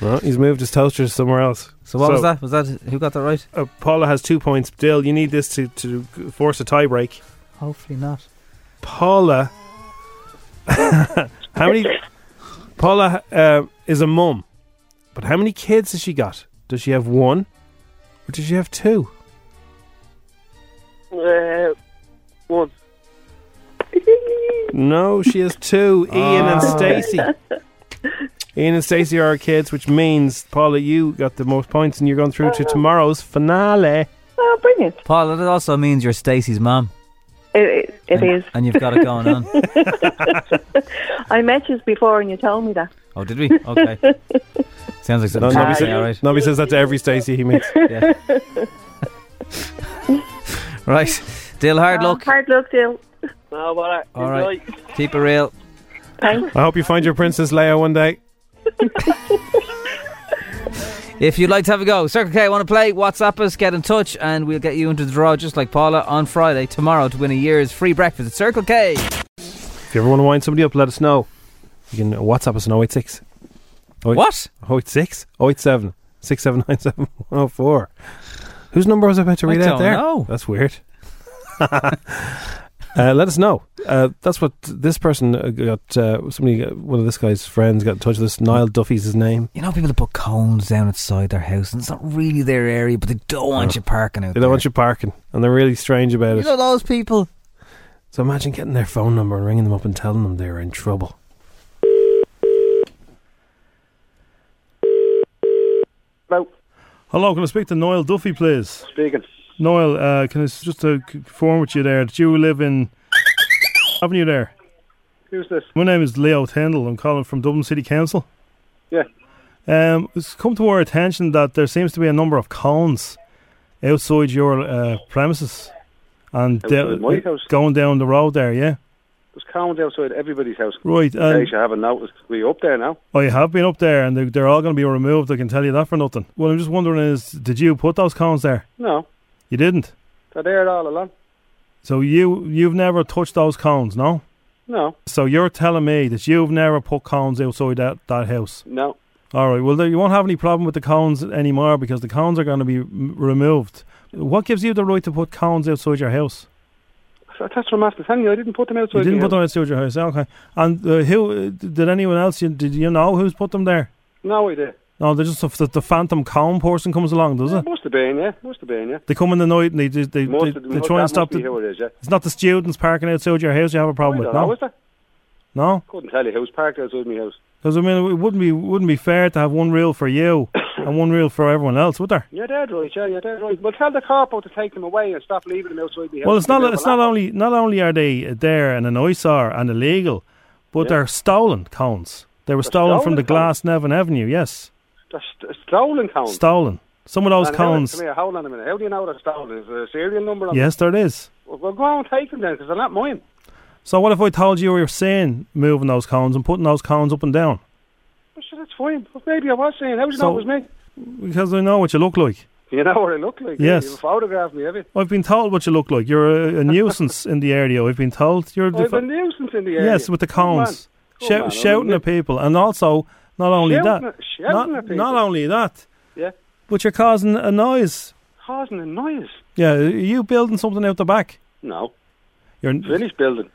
Speaker 3: Well, he's moved his toaster somewhere else.
Speaker 4: So what was that? Was that who got that right?
Speaker 3: Uh, Paula has two points. Dill, you need this to, to force a tiebreak.
Speaker 4: Hopefully not.
Speaker 3: Paula. *laughs* how many? Paula uh, is a mum, but how many kids has she got? Does she have one, or does she have two?
Speaker 11: Eh,
Speaker 6: Uh, one.
Speaker 3: No, she has two. Ian and Stacey. Ian and Stacey are our kids, which means Paula, you got the most points, and you're going through to tomorrow's finale.
Speaker 11: Oh, brilliant.
Speaker 4: Paul, that also means you're Stacey's mum,
Speaker 11: It, it, it
Speaker 4: and,
Speaker 11: is.
Speaker 4: and you've got it
Speaker 11: *laughs*
Speaker 4: going on.
Speaker 11: I met you before and you told me that.
Speaker 4: Oh, did we? Okay. Sounds like
Speaker 3: No,
Speaker 4: something.
Speaker 3: nobody,
Speaker 4: yeah,
Speaker 3: sa-
Speaker 4: all right.
Speaker 3: nobody says that to every Stacey he *laughs* meets.
Speaker 4: Yeah. right, Dill, hard
Speaker 11: Oh,
Speaker 4: luck.
Speaker 11: Hard luck, Dill.
Speaker 6: No, but I,
Speaker 4: All right, keep it real.
Speaker 11: Thanks.
Speaker 3: I hope you find your Princess Leia one day.
Speaker 4: If you'd like to have a go, Circle K, want to play? WhatsApp us, get in touch, and we'll get you into the draw just like Paula on Friday tomorrow to win a year's free breakfast at Circle K.
Speaker 3: If you ever want to wind somebody up, let us know. You can WhatsApp us on 086. Oh,
Speaker 4: What?
Speaker 3: 086 087 *laughs* 6797 104. oh, Whose number was I about to
Speaker 4: I
Speaker 3: read out
Speaker 4: don't
Speaker 3: there?
Speaker 4: know.
Speaker 3: That's weird. *laughs* uh, let us know. Uh, that's what this person uh, got. Uh, somebody, got, one of this guy's friends, got in touch with us. Niall Duffy's his name.
Speaker 4: You know, people that put cones down outside their house, and it's not really their area, but they don't want you parking out
Speaker 3: Uh, They
Speaker 4: there.
Speaker 3: don't want you parking, and they're really strange about
Speaker 4: You
Speaker 3: it.
Speaker 4: know those people?
Speaker 3: So imagine getting their phone number and ringing them up and telling them they're in trouble.
Speaker 6: Hello.
Speaker 12: Hello, can I speak to Noel Duffy, please?
Speaker 6: Speaking.
Speaker 12: Noel, uh, can I s- just uh, c- confirm with you there that you live in Avenue there?
Speaker 6: Who's this?
Speaker 12: My name is Leo Tindall. I'm calling from Dublin City Council.
Speaker 6: Yeah.
Speaker 12: Um, it's come to our attention that there seems to be a number of cones outside your uh, premises and
Speaker 6: Outside my house?
Speaker 12: going down the road there. Yeah,
Speaker 6: There's cones outside everybody's house.
Speaker 12: right.
Speaker 6: In
Speaker 12: Um,
Speaker 6: case you haven't noticed, we up there now.
Speaker 12: I have been up there, and they- they're all going to be removed. I can tell you that for nothing. What I'm just wondering is, did you put those cones there?
Speaker 6: No,
Speaker 12: You didn't.
Speaker 6: they're there all along.
Speaker 12: So you you've never touched those cones, no?
Speaker 6: No,
Speaker 12: So you're telling me that you've never put cones outside that, that house.
Speaker 6: no.
Speaker 12: All right. Well, there- you won't have any problem with the cones anymore because the cones are going to be m- removed. What gives you the right to put cones outside your house?
Speaker 6: That's from after telling you. I didn't put them outside.
Speaker 12: you didn't
Speaker 6: the
Speaker 12: put them outside your house. Okay. And uh, who uh, did anyone else? You, did you know who's put them there?
Speaker 6: house. No, I did.
Speaker 12: No, they're just the, the, the phantom cone person comes along, does it?
Speaker 6: Must have been, yeah. Must have been, yeah.
Speaker 12: They come in the night and they they, they,
Speaker 6: Must
Speaker 12: they,
Speaker 6: have,
Speaker 12: they try and stop
Speaker 6: the.
Speaker 12: the.
Speaker 6: Who it is, yeah.
Speaker 12: It's not the students parking outside your house. You have a
Speaker 6: I
Speaker 12: problem
Speaker 6: don't
Speaker 12: with
Speaker 6: know,
Speaker 12: no?
Speaker 6: is that?
Speaker 12: No.
Speaker 6: Couldn't tell you who's parked outside my house.
Speaker 12: Because I mean, it wouldn't be wouldn't be fair to have one rule for
Speaker 6: *coughs*
Speaker 12: you and one rule for everyone else, would there?
Speaker 6: You're dead right, yeah. You're dead right. Well, tell the corpo to take them away and stop leaving them outside my house.
Speaker 12: Well, it's not
Speaker 6: They'll
Speaker 12: it's not
Speaker 6: laugh.
Speaker 12: only not only are they there and an eyesore and illegal, but they're stolen cones. They were stolen, from
Speaker 6: stolen
Speaker 12: the
Speaker 6: cones?
Speaker 12: Glasnevin Avenue. Yes,
Speaker 6: They're st- stolen cones.
Speaker 12: stolen.
Speaker 3: Some of those
Speaker 6: And how-
Speaker 3: cones.
Speaker 6: Come here, hold on a minute. How do you know what a stole is? A serial number? On
Speaker 3: Yes, there is.
Speaker 6: Well, well, go on, take them then, because they're not mine.
Speaker 3: So what if I told you we were saying moving those cones and putting those cones up and down?
Speaker 6: But sure, that's fine. But maybe I was saying, how do you
Speaker 3: So-
Speaker 6: know it was me?
Speaker 3: Because I know what you look like.
Speaker 6: You know what I look like.
Speaker 3: Yes.
Speaker 6: You photographed me, have you?
Speaker 3: I've been told what you look like. You're a,
Speaker 6: *laughs*
Speaker 3: a nuisance in the area. I've been told you're.
Speaker 6: I've
Speaker 3: defi-
Speaker 6: a nuisance in the area.
Speaker 3: Yes, with the
Speaker 6: Come
Speaker 3: cones,
Speaker 6: on. Come
Speaker 3: Shout,
Speaker 6: on,
Speaker 3: shouting
Speaker 6: I'm
Speaker 3: at people, and also not only
Speaker 6: Shouting
Speaker 3: that,
Speaker 6: at- shouting
Speaker 3: not,
Speaker 6: at people.
Speaker 3: not onli- that.
Speaker 6: Yeah.
Speaker 3: but you're causing a noise.
Speaker 6: Causing a noise.
Speaker 3: Yeah, are you building something out the back.
Speaker 6: No.
Speaker 3: You're
Speaker 6: Finished building.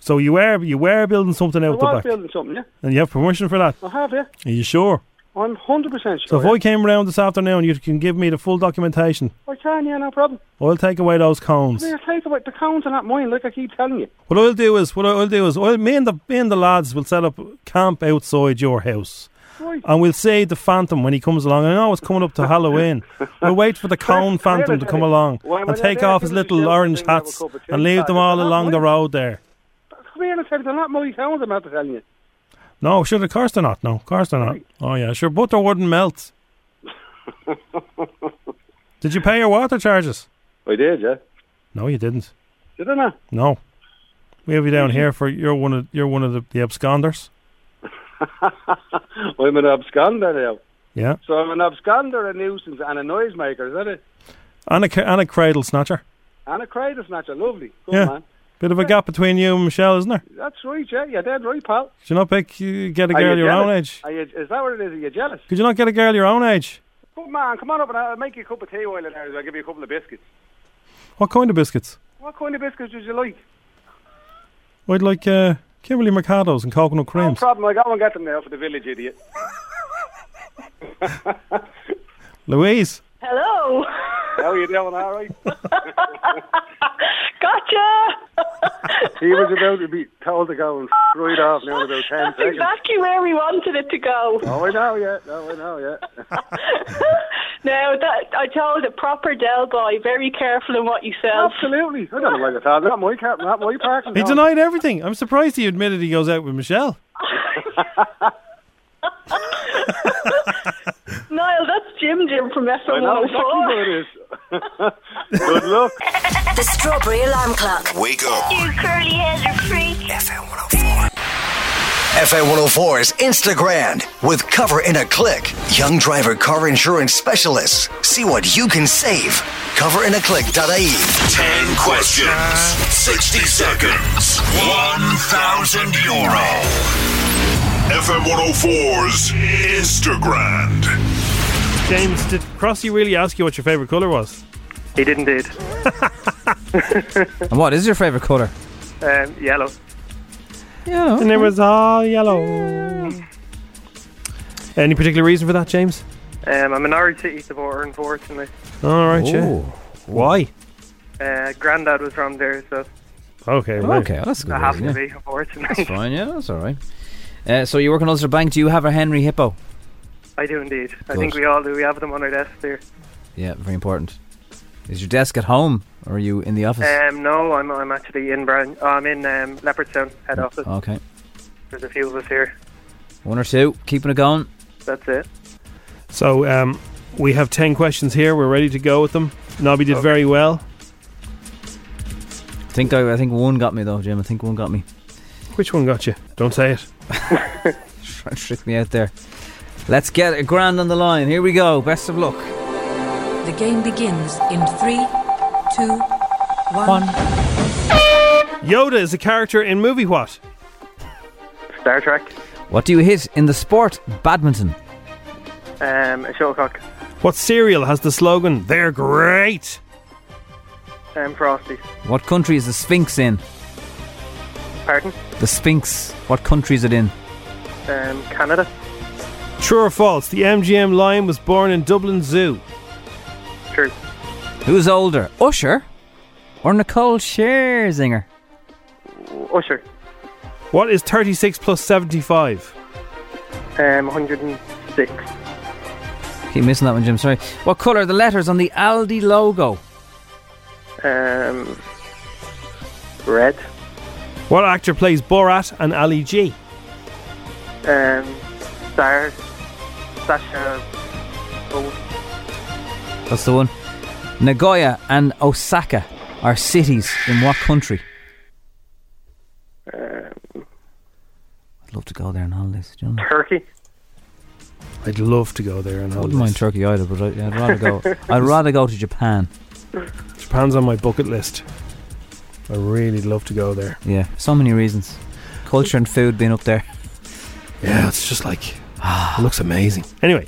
Speaker 3: so you were you were building something out
Speaker 6: I
Speaker 3: the
Speaker 6: was
Speaker 3: back,
Speaker 6: building something, yeah.
Speaker 3: and you have permission for that.
Speaker 6: I have, yeah.
Speaker 3: Are you sure?
Speaker 6: I'm 100% sure.
Speaker 3: So if I came round this afternoon, you can give me the full documentation.
Speaker 6: I can, yeah, no problem.
Speaker 3: I'll take away those cones.
Speaker 6: Come here, take away. The cones are not mine, like I keep telling you.
Speaker 3: What I'll do is, what I'll do is, I'll, me and the me and the lads will set up camp outside your house,
Speaker 6: Right.
Speaker 3: and we'll see the phantom when he comes along. I know it's coming up
Speaker 6: *laughs*
Speaker 3: to Halloween. we'll wait for the cone phantom to come along
Speaker 6: Why,
Speaker 3: and
Speaker 6: when
Speaker 3: take
Speaker 6: they're
Speaker 3: off his
Speaker 6: giving
Speaker 3: little
Speaker 6: you
Speaker 3: orange
Speaker 6: something, have a
Speaker 3: hats
Speaker 6: cup of tea,
Speaker 3: and leave them
Speaker 6: Paddy.
Speaker 3: all
Speaker 6: They're not
Speaker 3: along the
Speaker 6: mine.
Speaker 3: road there.
Speaker 6: Come here and tell you, they're not my cones, I'm not telling you.
Speaker 3: No, sure, of course they're not. No, of course they're not. Oh yeah, sure, butter
Speaker 6: *laughs*
Speaker 3: wouldn't melt. Did you pay your water charges?
Speaker 6: I did, yeah.
Speaker 3: No, you didn't.
Speaker 6: Did I not?
Speaker 3: No, we have you down
Speaker 6: Mhm.
Speaker 3: here for you're one of you're one of the, the absconders.
Speaker 6: I'm an absconder now.
Speaker 3: Yeah.
Speaker 6: So I'm an absconder, a nuisance, and a noisemaker, is that it?
Speaker 3: And a, ca- and a cradle snatcher.
Speaker 6: And a cradle snatcher, lovely. Good
Speaker 3: yeah.
Speaker 6: man.
Speaker 3: Bit of a gap between you and Michelle, isn't there?
Speaker 6: That's right, yeah. You're dead right, pal.
Speaker 3: Could you not pick, you get a
Speaker 6: Are
Speaker 3: girl
Speaker 6: you
Speaker 3: your own
Speaker 6: jealous?
Speaker 3: age?
Speaker 6: Are you, is that what it is? Are you jealous?
Speaker 3: Could you not get a girl your own age?
Speaker 6: Good man, come on up and I'll make you a cup of tea while in there. I'll give you a couple of biscuits.
Speaker 3: What kind of biscuits?
Speaker 6: What kind of biscuits would you like?
Speaker 3: I'd like uh, Kimberly Mercados and coconut
Speaker 6: No
Speaker 3: creams.
Speaker 6: problem, I go and get them now for the village idiot.
Speaker 3: Louise,
Speaker 13: Hello.
Speaker 6: How are you doing? All right.
Speaker 13: *laughs* Gotcha.
Speaker 6: He was about to be told to go and f- right off now in about 10
Speaker 13: That's
Speaker 6: seconds.
Speaker 13: exactly where we wanted it to go.
Speaker 6: Oh, I know, yeah. No, I know,
Speaker 13: *laughs*
Speaker 6: yeah.
Speaker 13: Now that I told a proper Del boy, very careful in what you sell.
Speaker 6: Absolutely. I don't know why you thought that. My cap, not
Speaker 13: *laughs*
Speaker 6: my parking.
Speaker 3: he
Speaker 6: no.
Speaker 3: denied everything. I'm surprised he admitted he goes out with Michelle.
Speaker 13: Niall, that's Jim Jim from
Speaker 6: I
Speaker 13: FM
Speaker 6: know exactly
Speaker 13: 104.
Speaker 6: what it is. Good luck.
Speaker 5: The Strawberry Alarm Clock.
Speaker 14: Wake up.
Speaker 5: You curly heads are free.
Speaker 14: oh FA 104's Instagram with Cover in a Click. Young driver car insurance specialists. See what you can save. Coverinaclick.ie.
Speaker 1: 10 questions, 60 seconds, 1,000 euro. FM 104's Instagram.
Speaker 3: James, did Crossy really ask you what your favourite colour was?
Speaker 15: He did indeed.
Speaker 4: And what is your favourite colour?
Speaker 15: Um, yellow.
Speaker 3: Yeah. And it was all yellow. Any particular reason for that, James?
Speaker 15: Um, I'm an Irish City supporter, unfortunately.
Speaker 3: All right, yeah.
Speaker 15: Oh.
Speaker 3: Why?
Speaker 15: Uh, Grandad was from there, so
Speaker 3: Okay,
Speaker 15: right.
Speaker 4: Okay, well, that's a good
Speaker 15: I have
Speaker 4: reason,
Speaker 15: to
Speaker 4: yeah.
Speaker 15: be, unfortunately.
Speaker 4: That's fine, yeah, that's all right. Uh, so you work in Ulster Bank. Do you have a Henry Hippo?
Speaker 15: I do indeed. I
Speaker 4: Good.
Speaker 15: think we all do. We have them on our desk there.
Speaker 4: Yeah, very important. Is your desk at home or are you in the office?
Speaker 15: Um, no, I'm, I'm actually in Brown. oh, I'm in um, Leopardstown head office.
Speaker 4: Okay,
Speaker 15: There's a few of us here.
Speaker 4: one or two, keeping it going.
Speaker 15: That's it.
Speaker 16: So um, we have 10 questions here. We're ready to go with them. Nobby
Speaker 4: Oh.
Speaker 16: did very well.
Speaker 4: I think I, I think one got me though, Jim. I think one got me. *laughs*
Speaker 16: Which one got you? Don't say it.
Speaker 4: Trying to trick me out there. Let's get a grand on the line. Here we go. Best of luck.
Speaker 17: The game begins in three, two, one.
Speaker 16: Yoda is a character in movie what?
Speaker 15: Star Trek,
Speaker 4: What do you hit in the sport badminton?
Speaker 15: um, a shuttlecock,
Speaker 16: What cereal has the slogan, They're great?
Speaker 15: um, Frosty.
Speaker 4: What country is the Sphinx in?
Speaker 15: Pardon?
Speaker 4: The Sphinx. What country is it in?
Speaker 15: Um, Canada,
Speaker 16: True or false, the MGM lion was born in Dublin Zoo.
Speaker 15: true.
Speaker 4: Who's older, Usher or Nicole Scherzinger?
Speaker 15: Usher,
Speaker 16: What is 36 plus 75?
Speaker 15: um, 106.
Speaker 4: Keep missing that one, Jim. Sorry. What colour are the letters on the Aldi logo?
Speaker 15: Um, Red.
Speaker 16: What actor plays Borat and Ali G?
Speaker 15: Um, Star, Sasha, oh,
Speaker 4: That's the one. Nagoya and Osaka are cities in what country?
Speaker 15: Uh,
Speaker 4: I'd love to go there on holidays. Do you know?
Speaker 15: Turkey.
Speaker 3: I'd love to go there. And
Speaker 4: I wouldn't mind Turkey either, but I- I'd rather go. I'd rather go to Japan.
Speaker 3: Japan's on my bucket list. I really love to go there.
Speaker 4: Yeah, so many reasons. Culture and food being up there.
Speaker 3: Yeah, it's just like it looks amazing. Anyway,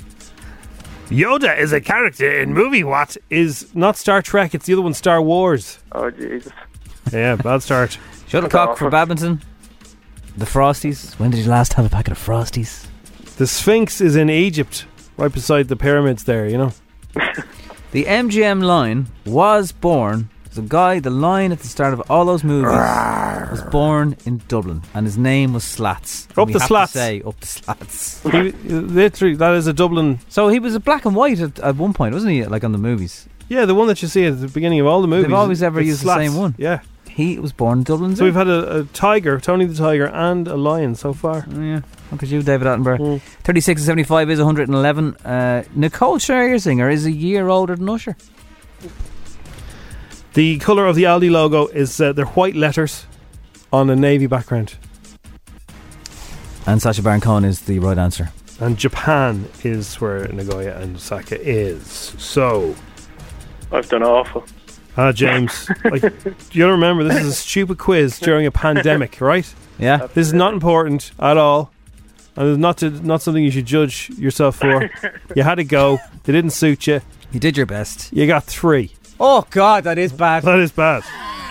Speaker 3: Yoda is a character in movie. What is not Star Trek? It's the other one, Star Wars.
Speaker 15: Oh Jesus!
Speaker 3: Yeah, bad start.
Speaker 4: Shuttlecock for badminton. The Frosties. When did you last have a packet of Frosties?
Speaker 3: The Sphinx is in Egypt, right beside the pyramids. There,
Speaker 15: *laughs*
Speaker 3: you know.
Speaker 4: The MGM line was born. The guy, the line at the start of all those movies, was born in Dublin, and his name was Slats. And
Speaker 3: Up
Speaker 4: we
Speaker 3: the
Speaker 4: have to
Speaker 3: slats.
Speaker 4: say, up the slats.
Speaker 3: He- literally, that is a Dublin.
Speaker 4: So he was a black and white at, at one point, wasn't he? Like on the movies.
Speaker 3: Yeah, the one that you see at the beginning of all the movies.
Speaker 4: They've always ever
Speaker 3: it's
Speaker 4: used
Speaker 3: slats.
Speaker 4: the same one.
Speaker 3: Yeah.
Speaker 4: He was born in Dublin.
Speaker 3: So we've had a, a tiger, Tony the Tiger, and a lion so far.
Speaker 4: Yeah. Look at you, David Attenborough. 36 and 75 is 111. Uh, Nicole Scherzinger is a year older than Usher.
Speaker 3: The colour of the Aldi logo is uh, they're white letters on a navy background.
Speaker 4: And Sacha Baron Cohen is the right answer.
Speaker 3: And Japan is where Nagoya and Osaka is. So,
Speaker 18: I've done awful.
Speaker 3: ah, James, like, you'll remember this is a stupid quiz during a pandemic, right?
Speaker 4: Yeah.
Speaker 3: This is not important at all. And it's not, to, not something you should judge yourself for. you had a go, they didn't suit you.
Speaker 4: You did your best.
Speaker 3: You got three.
Speaker 4: Oh, God, that is bad.
Speaker 3: That is bad.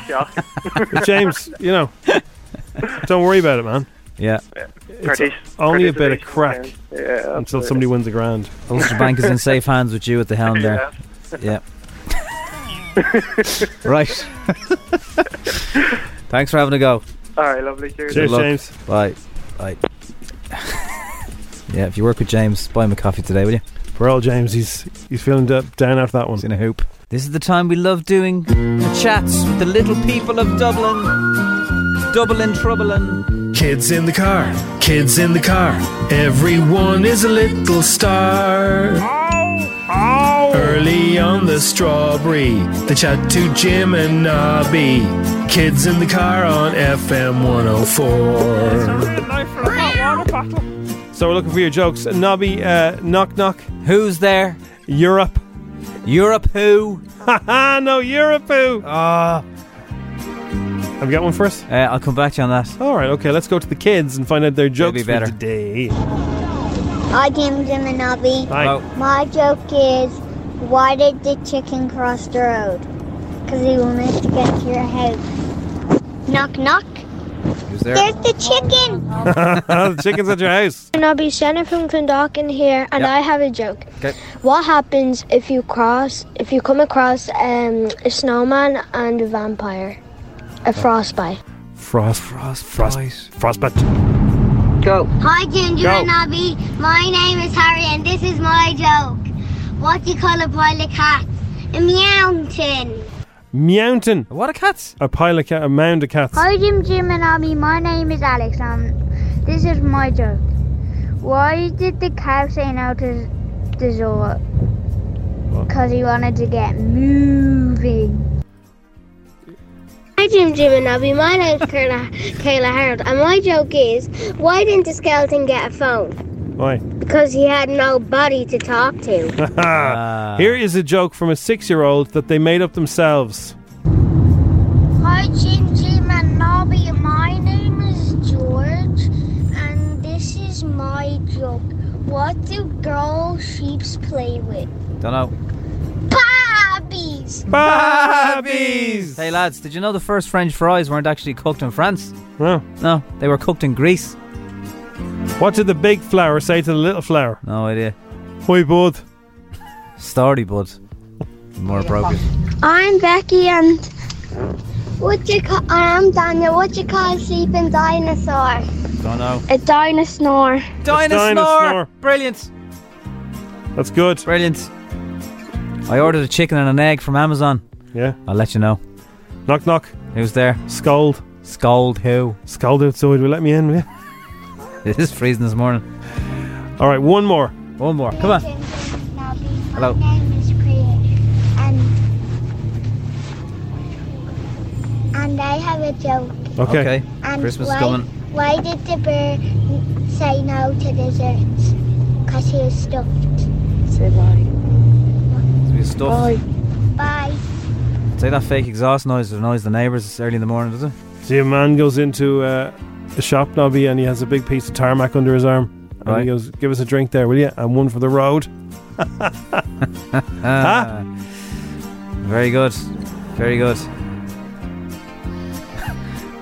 Speaker 15: Yeah.
Speaker 3: But James, you know, don't worry about it, man.
Speaker 4: *laughs* Yeah.
Speaker 3: It's only a bit of crack until somebody wins a grand.
Speaker 4: Ulster Bank is in safe hands with you at the helm there. Yeah. right. *laughs* Thanks for having a go.
Speaker 15: All right, lovely. Cheers.
Speaker 4: Good luck. Bye. Bye. *laughs* yeah, if you work with James, buy him a coffee today, will you?
Speaker 3: For all James, he's he's feeling d- down after that one. He's
Speaker 4: in a hoop. This is the time we love doing the chats with the little people of Dublin. Dublin troubling.
Speaker 19: Kids in the car, kids in the car. Everyone is a little star. Early on the strawberry, the chat to Jim and Nobby. Kids in the car on FM 104.
Speaker 3: So we're looking for your jokes. Nobby, uh, knock knock.
Speaker 4: Who's there?
Speaker 3: Europe. *laughs*
Speaker 4: Europe who?
Speaker 3: Haha, no Europe who?
Speaker 4: Ah.
Speaker 3: Have you got one for us?
Speaker 4: Uh, I'll come back to you on that.
Speaker 3: All right, okay. Let's go to the kids and find out their jokes
Speaker 4: be better.
Speaker 3: for today.
Speaker 20: Hi, James and Manabi.
Speaker 3: Hi. *laughs* Hello.
Speaker 20: My joke is why did the chicken cross the road? Because he wanted to get to your house. Knock, knock.
Speaker 4: Who's
Speaker 20: There's the chicken.
Speaker 3: the chickens at your house.
Speaker 20: Manabi, Shannon from Clondalkin here, and
Speaker 3: Yep.
Speaker 20: I have a joke.
Speaker 3: Okay.
Speaker 20: What happens if you cross, if you come across um, a snowman and a vampire? A frostbite.
Speaker 3: Frost, frost, frost, frostbite.
Speaker 20: Go. Hi, Ginger
Speaker 3: Go.
Speaker 20: and Abby. My name is Harry, and this is my joke. What do you call a pile of cats? A mountain.
Speaker 3: Mountain.
Speaker 4: *laughs* What a cats?
Speaker 3: A pile of cat, a mound of cats.
Speaker 20: Hi, Jim, Jim, and Abby. My name is Alex, and this is my joke. Why did the cow say no to the zoo? Because he wanted to get moving. Hi, Jim, Jim, and Abby. My name's Kayla, Kayla Harold, and my joke is why didn't the skeleton get a phone?
Speaker 3: Why?
Speaker 20: Because he had nobody to talk to.
Speaker 4: Uh.
Speaker 3: Here is a joke from a six-year-old that they made up themselves.
Speaker 20: Hi, Jim, Jim, and Nobby. My name is George, and this is my joke. What do girl sheeps play with?
Speaker 4: Don't know.
Speaker 20: Bobbies!
Speaker 3: Barbies!
Speaker 4: Hey lads, did you know the first French fries weren't actually cooked in France?
Speaker 3: No.
Speaker 4: No, they were cooked in Greece.
Speaker 3: What did the big flower say to the little flower?
Speaker 4: No idea.
Speaker 3: Hoi bud.
Speaker 4: Stardy bud. More appropriate.
Speaker 20: I'm Becky, and what you call? I'm Daniel. What you call a sleeping dinosaur?
Speaker 4: Don't know.
Speaker 20: A dinosaur.
Speaker 4: Dinosaur! Brilliant.
Speaker 3: That's good.
Speaker 4: Brilliant. I ordered a chicken and an egg from Amazon.
Speaker 3: Yeah.
Speaker 4: I'll let you know.
Speaker 3: Knock knock.
Speaker 4: Who's there?
Speaker 3: Scold.
Speaker 4: Scold who? *laughs*
Speaker 3: Scold outside. Will you let me in? Will you?
Speaker 4: It is freezing this morning.
Speaker 3: All right, one more.
Speaker 4: One more. Come on. Hello.
Speaker 20: Name is Creator. and I have a joke.
Speaker 4: Okay. Okay.
Speaker 20: And
Speaker 4: Christmas is
Speaker 20: why,
Speaker 4: coming.
Speaker 20: Why did the bear n- say no to desserts? Because he was stuffed. Say bye.
Speaker 4: It's stuff.
Speaker 20: Bye.
Speaker 4: Say that fake exhaust noise that annoys the neighbours It's early in the morning, does it?
Speaker 3: See, a man goes into uh, a shop, Nobby, and he has a big piece of tarmac under his arm. And
Speaker 4: Right.
Speaker 3: he goes, Give us a drink there, will you? And one for the road.
Speaker 4: Ah. Very good. Very good. *laughs*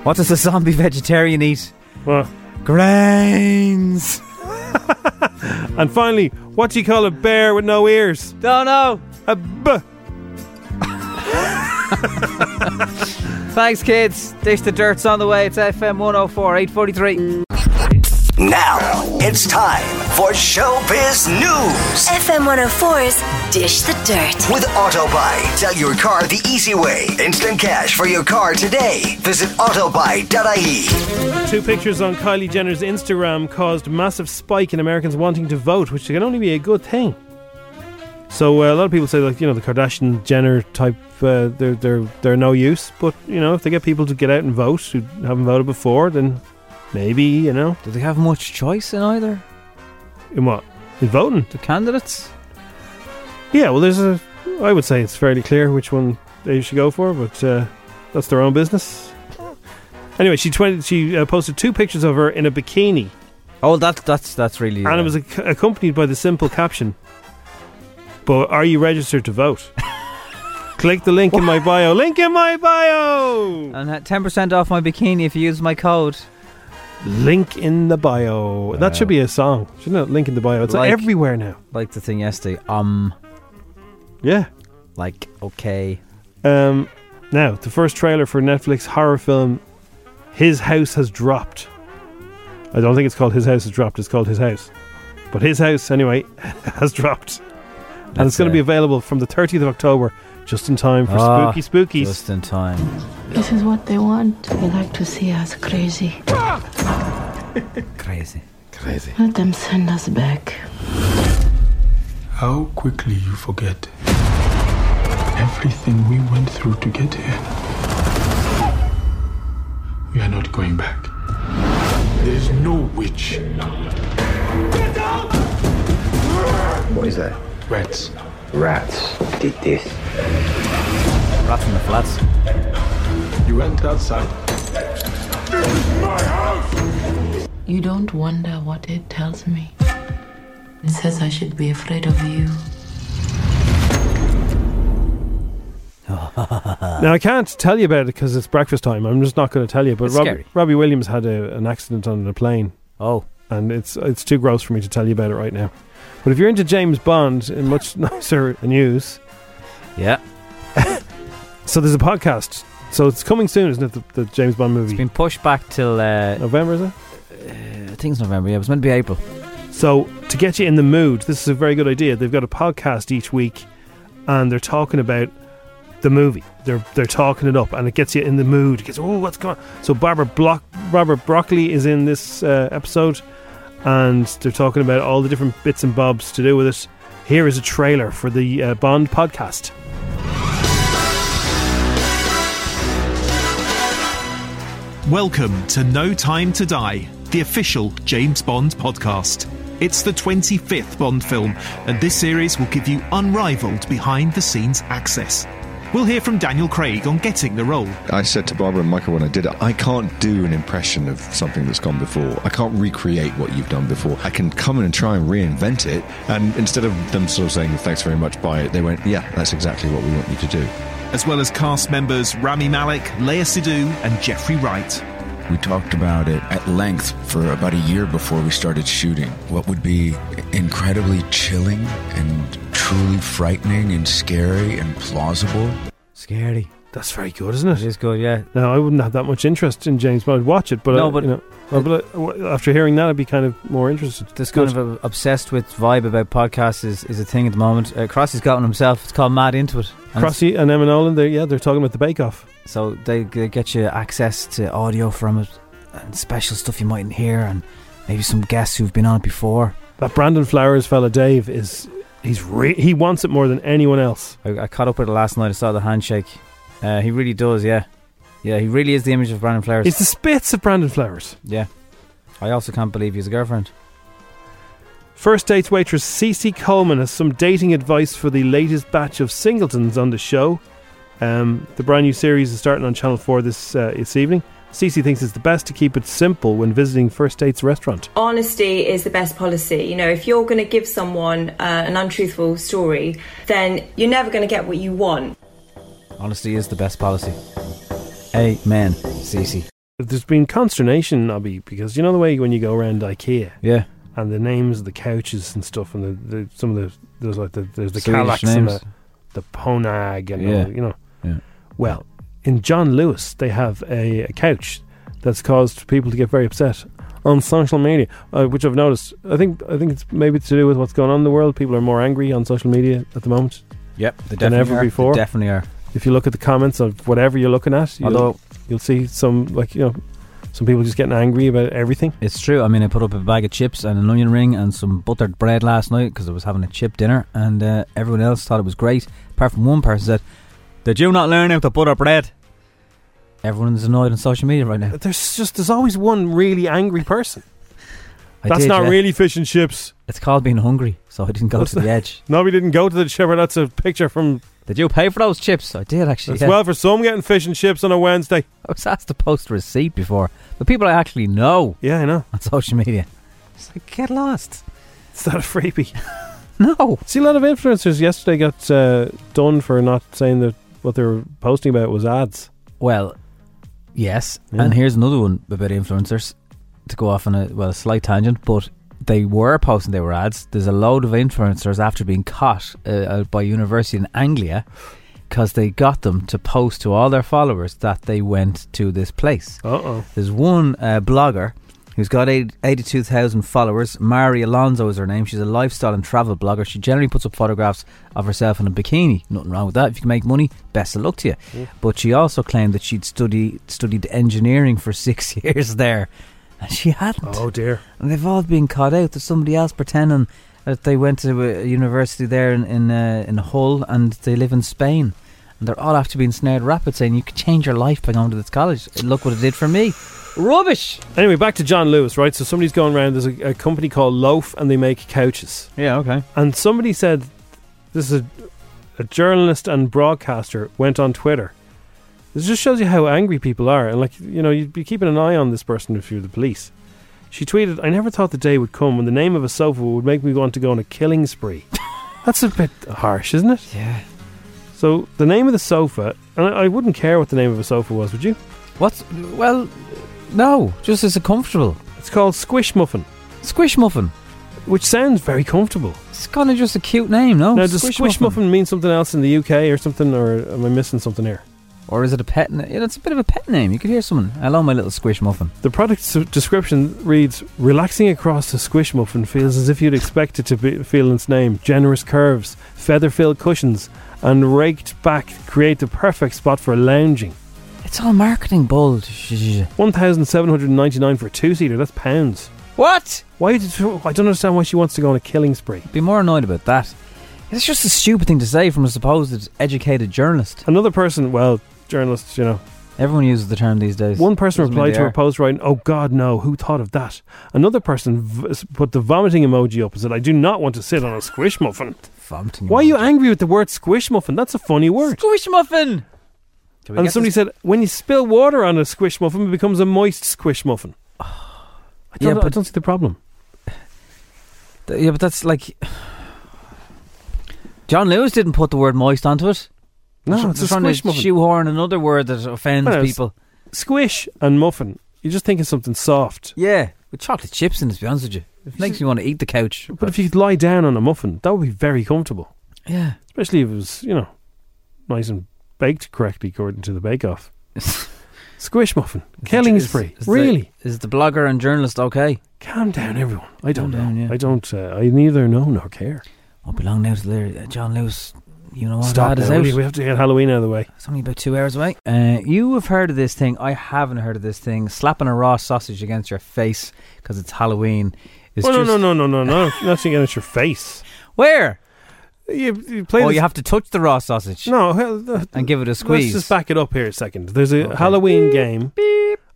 Speaker 4: What does a zombie vegetarian eat?
Speaker 3: What?
Speaker 4: Grains.
Speaker 3: and finally, what do you call a bear with no ears?
Speaker 4: Don't know.
Speaker 3: A b.
Speaker 4: Thanks, kids. Dish the dirt's on the way. It's FM 104, 843.
Speaker 1: Now it's time for Showbiz News.
Speaker 14: FM 104's Dish the Dirt.
Speaker 1: With AutoBuy, sell your car the easy way. Instant cash for your car today. Visit autobuy.ie.
Speaker 3: Two pictures on Kylie Jenner's Instagram caused massive spike in Americans wanting to vote, which can only be a good thing. So uh, a lot of people say, like you know, the Kardashian Jenner type, uh, they're they're they're no use. But you know, if they get people to get out and vote who haven't voted before, then maybe you know.
Speaker 4: Do they have much choice in either?
Speaker 3: In what? In voting?
Speaker 4: The candidates?
Speaker 3: Yeah. Well, there's a. I would say it's fairly clear which one they should go for, but uh, that's their own business. Anyway, she twenty. She uh, posted two pictures of her in a bikini.
Speaker 4: Oh, that, that's that's really.
Speaker 3: and it was ac- accompanied by the simple caption but are you registered to vote *laughs* click the link in my bio link in my bio
Speaker 4: And uh, 10% off my bikini if you use my code.
Speaker 3: link in the bio that should be a song shouldn't it link in the bio it's
Speaker 4: Like-
Speaker 3: everywhere now
Speaker 4: Like the thing yesterday. Um.
Speaker 3: yeah
Speaker 4: Like, okay.
Speaker 3: um, now the first trailer for netflix horror film his house has dropped i don't think it's called his house has dropped it's called his house but his house anyway *laughs* has dropped and it's
Speaker 4: That's
Speaker 3: going to be
Speaker 4: it.
Speaker 3: available from the 30th of october just in time for
Speaker 4: Ah,
Speaker 3: spooky spookies
Speaker 4: Just in time.
Speaker 21: This is what they want. They like to see us crazy.
Speaker 4: Crazy.
Speaker 21: Crazy. Let them send us back.
Speaker 22: How quickly you forget everything we went through to get here. We are not going back. There's no witch. What is that? Rats. Rats did this.
Speaker 4: Rats in the flats.
Speaker 22: You went outside.
Speaker 21: You don't wonder what it tells me. It says I should be afraid of you.
Speaker 3: Now I can't tell you about it because it's breakfast time. I'm just not going to tell you. But
Speaker 4: It's
Speaker 3: Robbie,
Speaker 4: scary.
Speaker 3: Robbie Williams had a, an accident on a plane.
Speaker 4: Oh,
Speaker 3: and it's it's too gross for me to tell you about it right now. But if you're into James Bond, in much *laughs* nicer news,
Speaker 4: Yeah.
Speaker 3: so there's a podcast. So it's coming soon, isn't it? The, the James Bond movie. It's been
Speaker 4: pushed back till uh,
Speaker 3: November, is it?
Speaker 4: I think it's November. Yeah, it was meant to be April.
Speaker 3: So to get you in the mood, this is a very good idea. They've got a podcast each week, and they're talking about the movie. They're they're talking it up, and it gets you in the mood. It gets oh, what's going on? So Barbara Block, Barbara Broccoli is in this uh, episode, and they're talking about all the different bits and bobs to do with it. Here is a trailer for the uh, Bond podcast.
Speaker 23: Welcome to No Time to Die, the official James Bond podcast. It's the 25th Bond film, and this series will give you unrivaled behind the scenes access. We'll hear from Daniel Craig on getting the role.
Speaker 24: I said to Barbara and Michael when I did it, I can't do an impression of something that's gone before. I can't recreate what you've done before. I can come in and try and reinvent it. And instead of them sort of saying, thanks very much, buy it, they went, yeah, that's exactly what we want you to do.
Speaker 23: as well as cast members Rami Malek, Leia Sidhu, and Jeffrey Wright.
Speaker 25: We talked about it at length for about a year before we started shooting. What would be incredibly chilling and truly frightening and scary and plausible.
Speaker 4: Scary.
Speaker 3: That's very good, isn't it?
Speaker 4: It is good, yeah.
Speaker 3: Now I wouldn't have that much interest in James Bond. I'd watch it, but
Speaker 4: No,
Speaker 3: I,
Speaker 4: but-
Speaker 3: you know, well, but I- w- after hearing that, I'd be kind of more interested.
Speaker 4: This kind of a, obsessed with vibe about podcasts is, is a thing at the moment. Uh, Crossy's got one himself. It's called Mad Into It. And it's-
Speaker 3: Crossy and Emma Nolan, they yeah, they're talking about the Bake Off.
Speaker 4: So they, they get you access to audio from it and special stuff you mightn't hear and maybe some guests who've been on it before.
Speaker 3: That Brandon Flowers fella Dave is he's re- he wants it more than anyone else.
Speaker 4: I, I caught up with it last night. I saw the handshake. Uh, he really does, yeah. Yeah, he really is the image of Brandon Flowers.
Speaker 3: It's the spits of Brandon Flowers.
Speaker 4: Yeah. I also can't believe he has a girlfriend.
Speaker 3: First Dates waitress Cece Coleman has some dating advice for the latest batch of singletons on the show. Um, the brand new series is starting on Channel 4 this, uh, this evening. Cece thinks it's the best to keep it simple when visiting First Dates restaurant.
Speaker 26: Honesty is the best policy. You know, if you're going to give someone uh, an untruthful story, then you're never going to get what you want.
Speaker 4: Honesty is the best policy. Amen, Cece.
Speaker 3: There's been consternation, Nobby, because you know the way when you go around IKEA,
Speaker 4: Yeah.
Speaker 3: and the names of the couches and stuff, and the, the some of the there's like the there's the
Speaker 4: Swedish
Speaker 3: Kallax and
Speaker 4: names.
Speaker 3: the, the Ponag and
Speaker 4: Yeah.
Speaker 3: all, you know.
Speaker 4: Yeah.
Speaker 3: Well, in John Lewis, they have a, a couch that's caused people to get very upset on social media, uh, which I've noticed. I think I think it's maybe to do with what's going on in the world. People are more angry on social media at the moment.
Speaker 4: Yep, they
Speaker 3: than
Speaker 4: definitely
Speaker 3: ever
Speaker 4: are. They
Speaker 3: before.
Speaker 4: definitely are.
Speaker 3: If you look at the comments of whatever you're looking at, you'll,
Speaker 4: Although-
Speaker 3: you'll see some like you know some people just getting angry about everything.
Speaker 4: It's true. I mean, I put up a bag of chips and an onion ring and some buttered bread last night because I was having a chip dinner, and uh, everyone else thought it was great. Apart from one person said, "Did you not learn how to butter bread?" Everyone's annoyed on social media right now.
Speaker 3: There's just there's always one really angry person.
Speaker 4: I
Speaker 3: That's
Speaker 4: did,
Speaker 3: not
Speaker 4: yeah.
Speaker 3: really fish and chips.
Speaker 4: It's called being hungry, so I didn't go
Speaker 3: What's
Speaker 4: to the
Speaker 3: that?
Speaker 4: edge.
Speaker 3: No, we didn't go to the chipper. That's a picture from.
Speaker 4: Did you pay for those chips? I did actually.
Speaker 3: It's
Speaker 4: yeah.
Speaker 3: well for some getting fish and chips on a Wednesday.
Speaker 4: I was asked to post a receipt before, but people I actually know.
Speaker 3: Yeah, I know
Speaker 4: on *laughs* social media. It's like get lost.
Speaker 3: It's not a freebie.
Speaker 4: no.
Speaker 3: See, a lot of influencers yesterday got uh, done for not saying that what they were posting about was ads.
Speaker 4: Well, yes.
Speaker 3: Yeah.
Speaker 4: And here's another one about influencers to go off on a well a slight tangent, but they were posting they were ads. There's a load of influencers after being caught uh, uh, by university in Anglia because they got them to post to all their followers that they went to this place.
Speaker 3: Uh oh.
Speaker 4: There's one uh, blogger who's got eight- 82,000 followers. Mari Alonso is her name. She's a lifestyle and travel blogger. She generally puts up photographs of herself in a bikini. Nothing wrong with that. If you can make money, best of luck to you.
Speaker 3: Yeah.
Speaker 4: But she also claimed that she'd study, studied engineering for *laughs* six years there. And she hadn't.
Speaker 3: Oh dear.
Speaker 4: And they've all been caught out. There's somebody else pretending that they went to a university there in in, uh, in Hull and they live in Spain. And they're all after being snared rapid saying you could change your life by going to this college. Look what it did for me. Rubbish.
Speaker 3: Anyway, back to John Lewis, right? So somebody's going around. There's a, a company called Loaf, and they make couches.
Speaker 4: Yeah, okay.
Speaker 3: And somebody said, "This is a, a journalist and broadcaster went on Twitter." This just shows you how angry people are, and like you know, you'd be keeping an eye on this person if you're the police. She tweeted, "I never thought the day would come when the name of a sofa would make me want to go on a killing spree." *laughs* That's a bit harsh, isn't it?
Speaker 4: Yeah.
Speaker 3: So the name of the sofa, and I, I wouldn't care what the name of a sofa was, would you?
Speaker 4: What's well, no, just as a comfortable.
Speaker 3: It's called Squish Muffin.
Speaker 4: Squish Muffin.
Speaker 3: Which sounds very comfortable.
Speaker 4: It's kind of just a cute name, no?
Speaker 3: now, does Oh, Squish, Muffin mean something else in the UK or something, or am I missing something here?
Speaker 4: Or is it a pet name? Yeah, it's a bit of a pet name. You could hear someone, hello, my little Squish Muffin.
Speaker 3: The product s- description reads: Relaxing across a squish muffin feels as if you'd expect it to be, feel its name. Generous curves, feather-filled cushions, and raked back create the perfect spot for lounging.
Speaker 4: It's all marketing bold. Shh.
Speaker 3: One thousand seven hundred ninety-nine for a two-seater. That's pounds.
Speaker 4: What?
Speaker 3: Why? Did, I don't understand why she wants to go on a killing spree.
Speaker 4: Be more annoyed about that. It's just a stupid thing to say from a supposed educated journalist.
Speaker 3: Another person, well, journalists, you know.
Speaker 4: Everyone uses the term these days.
Speaker 3: One person
Speaker 4: Doesn't mean
Speaker 3: replied
Speaker 4: they
Speaker 3: to her
Speaker 4: are.
Speaker 3: post writing, "Oh God, no! Who thought of that?" Another person v- s- put the vomiting emoji up and said, "I do not want to sit on a squish muffin."
Speaker 4: Vomiting
Speaker 3: Why are you angry with the word squish muffin? That's a funny word.
Speaker 4: Squish Muffin! Do we
Speaker 3: And
Speaker 4: get
Speaker 3: somebody
Speaker 4: this?
Speaker 3: said, "When you spill water on a squish muffin, it becomes a moist squish
Speaker 4: *sighs*
Speaker 3: muffin." I
Speaker 4: Yeah,
Speaker 3: don't, know- I
Speaker 4: but-
Speaker 3: don't see the problem.
Speaker 4: Th- Yeah, but that's like. John Lewis didn't put the word moist onto it.
Speaker 3: No,
Speaker 4: They're
Speaker 3: it's a
Speaker 4: trying
Speaker 3: squish
Speaker 4: to
Speaker 3: muffin.
Speaker 4: shoehorn another word that offends
Speaker 3: Well, it's
Speaker 4: people.
Speaker 3: Squish and muffin. You're just thinking something soft.
Speaker 4: Yeah, with chocolate chips in it, to be honest with you. It makes me want to eat the couch.
Speaker 3: But if you could lie down on a muffin, that would be very comfortable,
Speaker 4: Yeah. *laughs*
Speaker 3: especially if it was, you know, nice and baked correctly according to the Bake Off. squish muffin, killing
Speaker 4: Is-
Speaker 3: spree.
Speaker 4: is the-
Speaker 3: really?
Speaker 4: is the blogger and journalist okay?
Speaker 3: Calm down, everyone. I don't know.
Speaker 4: Calm down, yeah.
Speaker 3: I don't. Uh, I neither know nor care.
Speaker 4: Won't be long now till there- uh, John Lewis, you know what,
Speaker 3: Stop.
Speaker 4: Oh, that is
Speaker 3: now,
Speaker 4: out.
Speaker 3: will you? We have to get Halloween out of the way.
Speaker 4: It's only about two hours away. Uh, you have heard of this thing. I haven't heard of this thing. Slapping a raw sausage against your face because it's Halloween. Is
Speaker 3: oh,
Speaker 4: just
Speaker 3: no, no, no, no, no, no! Nothing against your face.
Speaker 4: Where?
Speaker 3: You, you play this-
Speaker 4: or Oh, you have to touch the raw
Speaker 3: *laughs*
Speaker 4: sausage.
Speaker 3: No, hell,
Speaker 4: and give it a squeeze.
Speaker 3: Let's just back it up here a second. There's a Halloween game,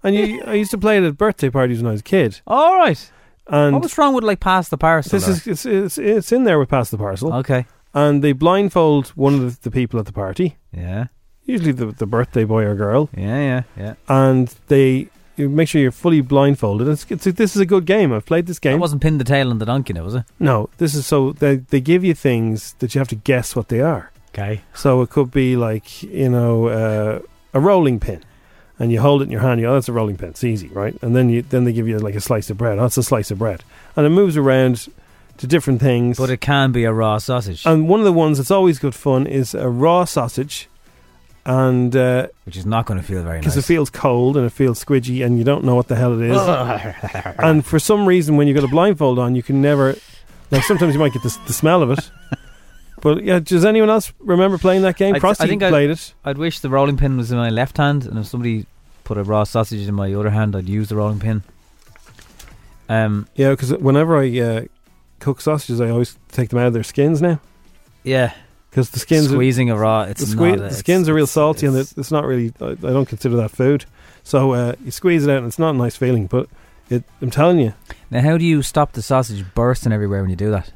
Speaker 3: and you, I used to play it at birthday parties when I was a kid.
Speaker 4: All right.
Speaker 3: And
Speaker 4: what was wrong with like pass the parcel? Oh.
Speaker 3: this is it's, it's, it's in there with pass the parcel.
Speaker 4: Okay.
Speaker 3: And they blindfold one of the, the people at the party.
Speaker 4: Yeah.
Speaker 3: Usually the the birthday boy or girl.
Speaker 4: Yeah, yeah, yeah.
Speaker 3: And they you make sure you're fully blindfolded. It's, it's this is a good game. I've played this game.
Speaker 4: It wasn't pin the tail on the donkey, now, was it?
Speaker 3: No, this is so they they give you things that you have to guess what they are.
Speaker 4: Okay.
Speaker 3: So it could be like you know uh, a rolling pin, and you hold it in your hand. You go, oh, that's a rolling pin. It's easy, right? And then you then they give you like a slice of bread. Oh, it's a slice of bread, and it moves around to different things.
Speaker 4: But it can be a raw sausage,
Speaker 3: And one of the ones that's always good fun is a raw sausage, and uh,
Speaker 4: which is not going to feel very
Speaker 3: because
Speaker 4: nice.
Speaker 3: it feels cold and it feels squidgy and you don't know what the hell it is.
Speaker 4: *laughs*
Speaker 3: and for some reason, when you've got a blindfold on, you can never. Like sometimes you might get the, s- the smell of
Speaker 4: *laughs*
Speaker 3: it. But yeah, does anyone else remember playing that game?
Speaker 4: I- I
Speaker 3: Frosty
Speaker 4: think I'd-
Speaker 3: played it.
Speaker 4: I'd wish the rolling pin was in my left hand, and if somebody put a raw sausage in my other hand, I'd use the rolling pin. Um,
Speaker 3: Yeah, because whenever I uh, cook sausages, I always take them out of their skins now.
Speaker 4: yeah,
Speaker 3: Because the skins
Speaker 4: squeezing
Speaker 3: are,
Speaker 4: a raw, it's
Speaker 3: the, sque-
Speaker 4: not a-
Speaker 3: the
Speaker 4: it's-
Speaker 3: skins are real salty and it's, it's not really. I, I don't consider that food. So uh, you squeeze it out and it's not a nice feeling. But it, I'm telling you,
Speaker 4: Now, how do you stop the sausage bursting everywhere when you do that?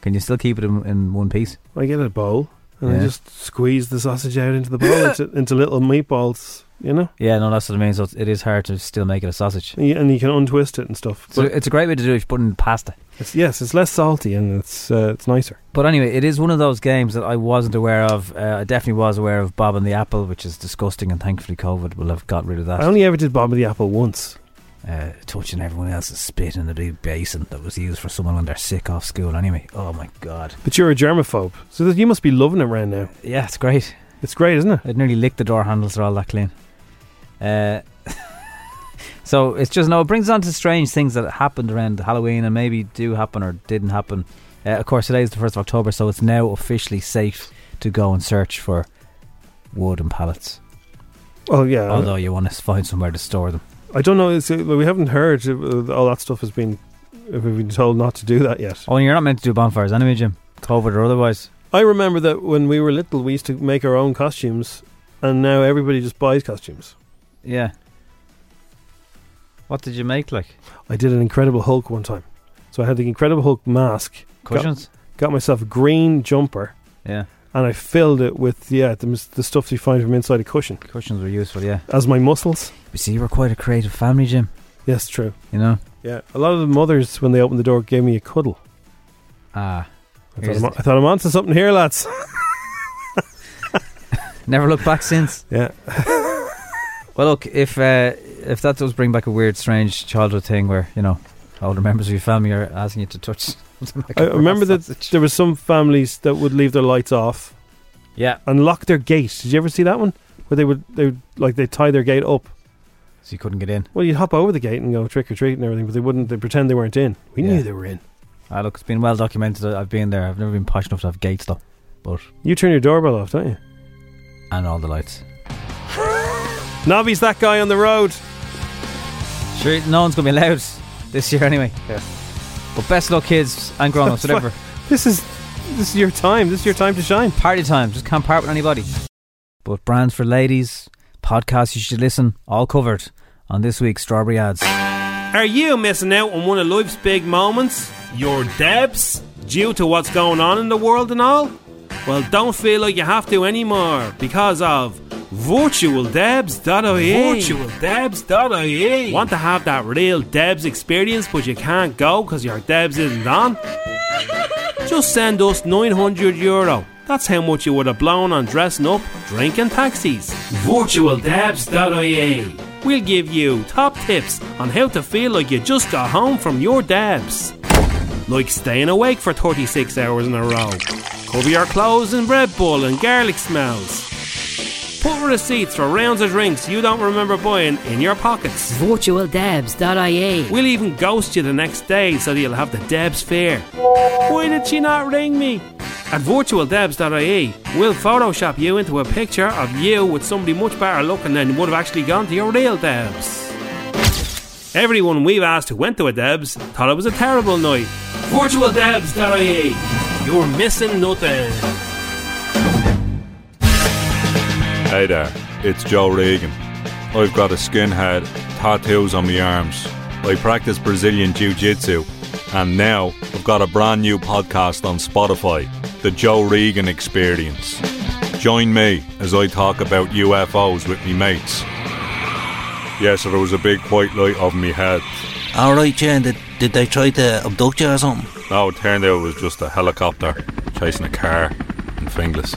Speaker 4: Can you still keep it in, in one piece?
Speaker 3: I get a bowl and I
Speaker 4: Yeah.
Speaker 3: just squeeze the sausage out into the
Speaker 4: *laughs*
Speaker 3: bowl into, into little meatballs. You know,
Speaker 4: Yeah, no, that's what I mean. So it's- it is hard to still make it a sausage.
Speaker 3: Yeah, and you can untwist it and stuff.
Speaker 4: So
Speaker 3: But
Speaker 4: it's a great way to do it if you put it in pasta.
Speaker 3: it's, yes, it's less salty and it's uh, it's nicer.
Speaker 4: But anyway, it is one of those games that I wasn't aware of. Uh, I definitely was aware of Bob and the Apple, which is disgusting, and thankfully COVID will have got rid of that.
Speaker 3: I only ever did Bob of the Apple once.
Speaker 4: uh, touching everyone else's spit in the big basin that was used for someone when they're sick off school anyway. Oh my god.
Speaker 3: But you're a germaphobe, so that you must be loving it right now.
Speaker 4: Yeah, it's great.
Speaker 3: It's great, isn't it?
Speaker 4: It nearly licked the door handles, they're all that clean. Uh, *laughs* so it's just, no, it brings on to strange things that happened around Halloween and maybe do happen or didn't happen. Uh, of course, today is the 1st of October, so it's now officially safe to go and search for wood and pallets.
Speaker 3: Oh yeah.
Speaker 4: Although you want to find somewhere to store them.
Speaker 3: I don't know. It's, uh, we haven't heard uh, all that stuff has been. We've been told not to do that yet.
Speaker 4: Oh, and you're not meant to do bonfires anyway, Jim. COVID or otherwise.
Speaker 3: I remember that when we were little, we used to make our own costumes, and now everybody just buys costumes.
Speaker 4: Yeah. What did you make like?
Speaker 3: I did an Incredible Hulk one time, so I had the Incredible Hulk mask, got-
Speaker 4: Cushions?
Speaker 3: got, myself a green jumper,
Speaker 4: Yeah.
Speaker 3: and I filled it with yeah the, mis- the stuff you find from inside a cushion
Speaker 4: Cushions were useful, yeah.
Speaker 3: as my muscles.
Speaker 4: You see, you were quite a creative family, Jim.
Speaker 3: Yes, true.
Speaker 4: You know?
Speaker 3: Yeah, a lot of the mothers when they opened the door gave me a cuddle.
Speaker 4: Ah.
Speaker 3: I thought,
Speaker 4: Here's
Speaker 3: I'm,
Speaker 4: the-
Speaker 3: on- I thought I'm onto something here, lads.
Speaker 4: *laughs*
Speaker 3: *laughs*
Speaker 4: Never looked back since.
Speaker 3: Yeah.
Speaker 4: well, look, if uh, if that does bring back a weird, strange childhood thing where you know older members of your family are asking you to touch. *laughs* something like
Speaker 3: I
Speaker 4: a raw
Speaker 3: remember that
Speaker 4: sausage.
Speaker 3: there were some families that would leave their lights off.
Speaker 4: Yeah.
Speaker 3: And lock their gate. Did you ever see that one? Where they would they would, like they tie their gate up.
Speaker 4: So you couldn't get in.
Speaker 3: Well, you'd hop over the gate and go trick or treat and everything, but they wouldn't. They pretend they weren't in. We
Speaker 4: Yeah.
Speaker 3: knew they were in.
Speaker 4: Ah, look, it's been well documented. I- I've been there. I've never been posh enough to have gates though, but
Speaker 3: You turn your doorbell off, don't you?
Speaker 4: and all the lights.
Speaker 3: Nobby's that guy on the road.
Speaker 4: Sure, no one's gonna be allowed this year anyway.
Speaker 3: Yeah.
Speaker 4: But best luck, kids
Speaker 3: *laughs*
Speaker 4: and grown-ups,
Speaker 3: That's
Speaker 4: whatever.
Speaker 3: This is this is your time. This is your time to shine.
Speaker 4: Party time. Just can't part with anybody. But brands for ladies, podcasts you should listen, all covered on this week's Strawberry Ads.
Speaker 3: Are you missing out on one of life's big moments? Your debts? Due to what's going on in the world and all? Well, don't feel like you have to anymore because of virtualdebs.ie. Virtualdebs.ie. Want to have that real Debs experience but you can't go because your Debs isn't on? Just send us 900 euro. That's how much you would have blown on dressing up, drinking taxis. VirtualDabs.ie. We'll give you top tips on how to feel like you just got home from your dabs. Like staying awake for 36 hours in a row. Cover your clothes in Red Bull and garlic smells. Put receipts for rounds of drinks you don't remember buying in your pockets.
Speaker 7: virtualdebs.ie.
Speaker 3: We'll even ghost you the next day so that you'll have the Debs fear. Why did she not ring me? At virtualdebs.ie, we'll Photoshop you into a picture of you with somebody much better looking than would have actually gone to your real Debs. Everyone we've asked who went to a Debs thought it was a terrible night. virtualdebs.ie. You're missing nothing.
Speaker 9: Hey there, it's Joe Regan. I've got a skinhead, tattoos on my arms. I practice Brazilian Jiu Jitsu, and now I've got a brand new podcast on Spotify, The Joe Regan Experience. Join me as I talk about UFOs with me mates. Yes, there was a big white light over me head.
Speaker 27: Alright, Jen, did, did they try to abduct you or something?
Speaker 9: No, it turned out it was just a helicopter chasing a car in Finglas.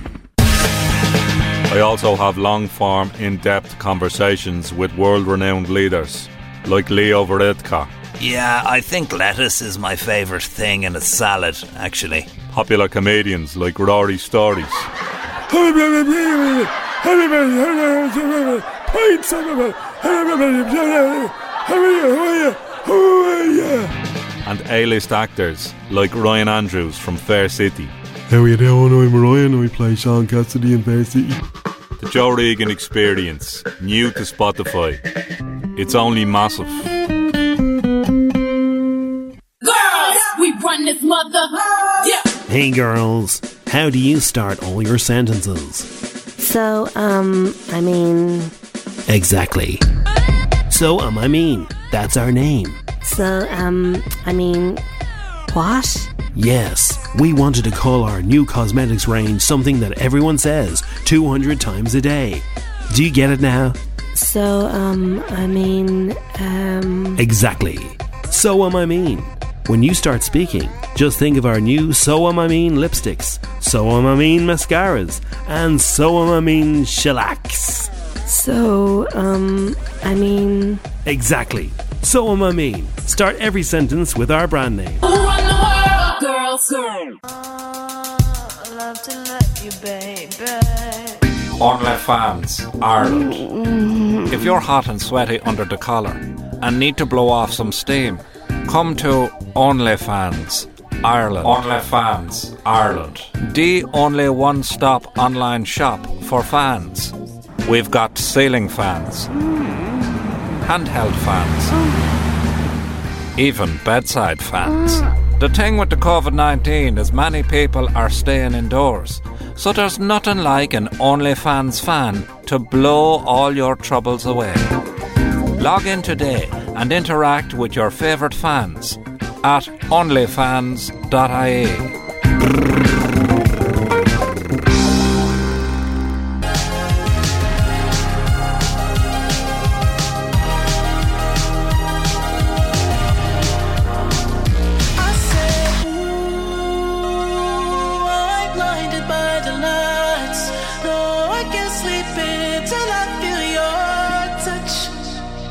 Speaker 9: I also have long form, in depth conversations with world renowned leaders like Leo Varadkar.
Speaker 27: Yeah, I think lettuce is my favourite thing in a salad, actually.
Speaker 9: Popular comedians like Rory Stories. and A list actors like Ryan Andrews from Fair City.
Speaker 5: How you doing? I'm Ryan. I play Sean Cassidy in Fair City.
Speaker 9: The Joe Regan Experience, new to Spotify. It's only massive.
Speaker 28: Girls, we run this mother. Yeah.
Speaker 29: Hey girls, how do you start all your sentences?
Speaker 30: So, um, I mean,
Speaker 29: Exactly. So, um, I mean, that's our name.
Speaker 30: so, um, I mean, what?
Speaker 29: Yes, we wanted to call our new cosmetics range something that everyone says 200 times a day. Do you get it now?
Speaker 30: So, um, I mean, um,
Speaker 29: Exactly. So am I mean. When you start speaking, just think of our new So am I mean lipsticks, So am I mean mascaras, and So am I mean shellacs.
Speaker 30: so, um, I mean,
Speaker 29: Exactly. So am I mean. Start every sentence with our brand name.
Speaker 28: Who run the world? Girls, girl.
Speaker 13: love to love you, baby.
Speaker 31: On left fans, Ireland. If you're hot and sweaty under the collar and need to blow off some steam, come to OnlyFans Ireland. OnlyFans, Ireland. The only one stop online shop for fans. We've got ceiling fans, handheld fans, even bedside fans. The thing with the COVID 19 is many people are staying indoors, so there's nothing like an OnlyFans fan to blow all your troubles away. Log in today and interact with your favourite fans at onlyfans.ie.
Speaker 13: I said, ooh, I'm blinded by the lights. No, I can't sleep until I feel your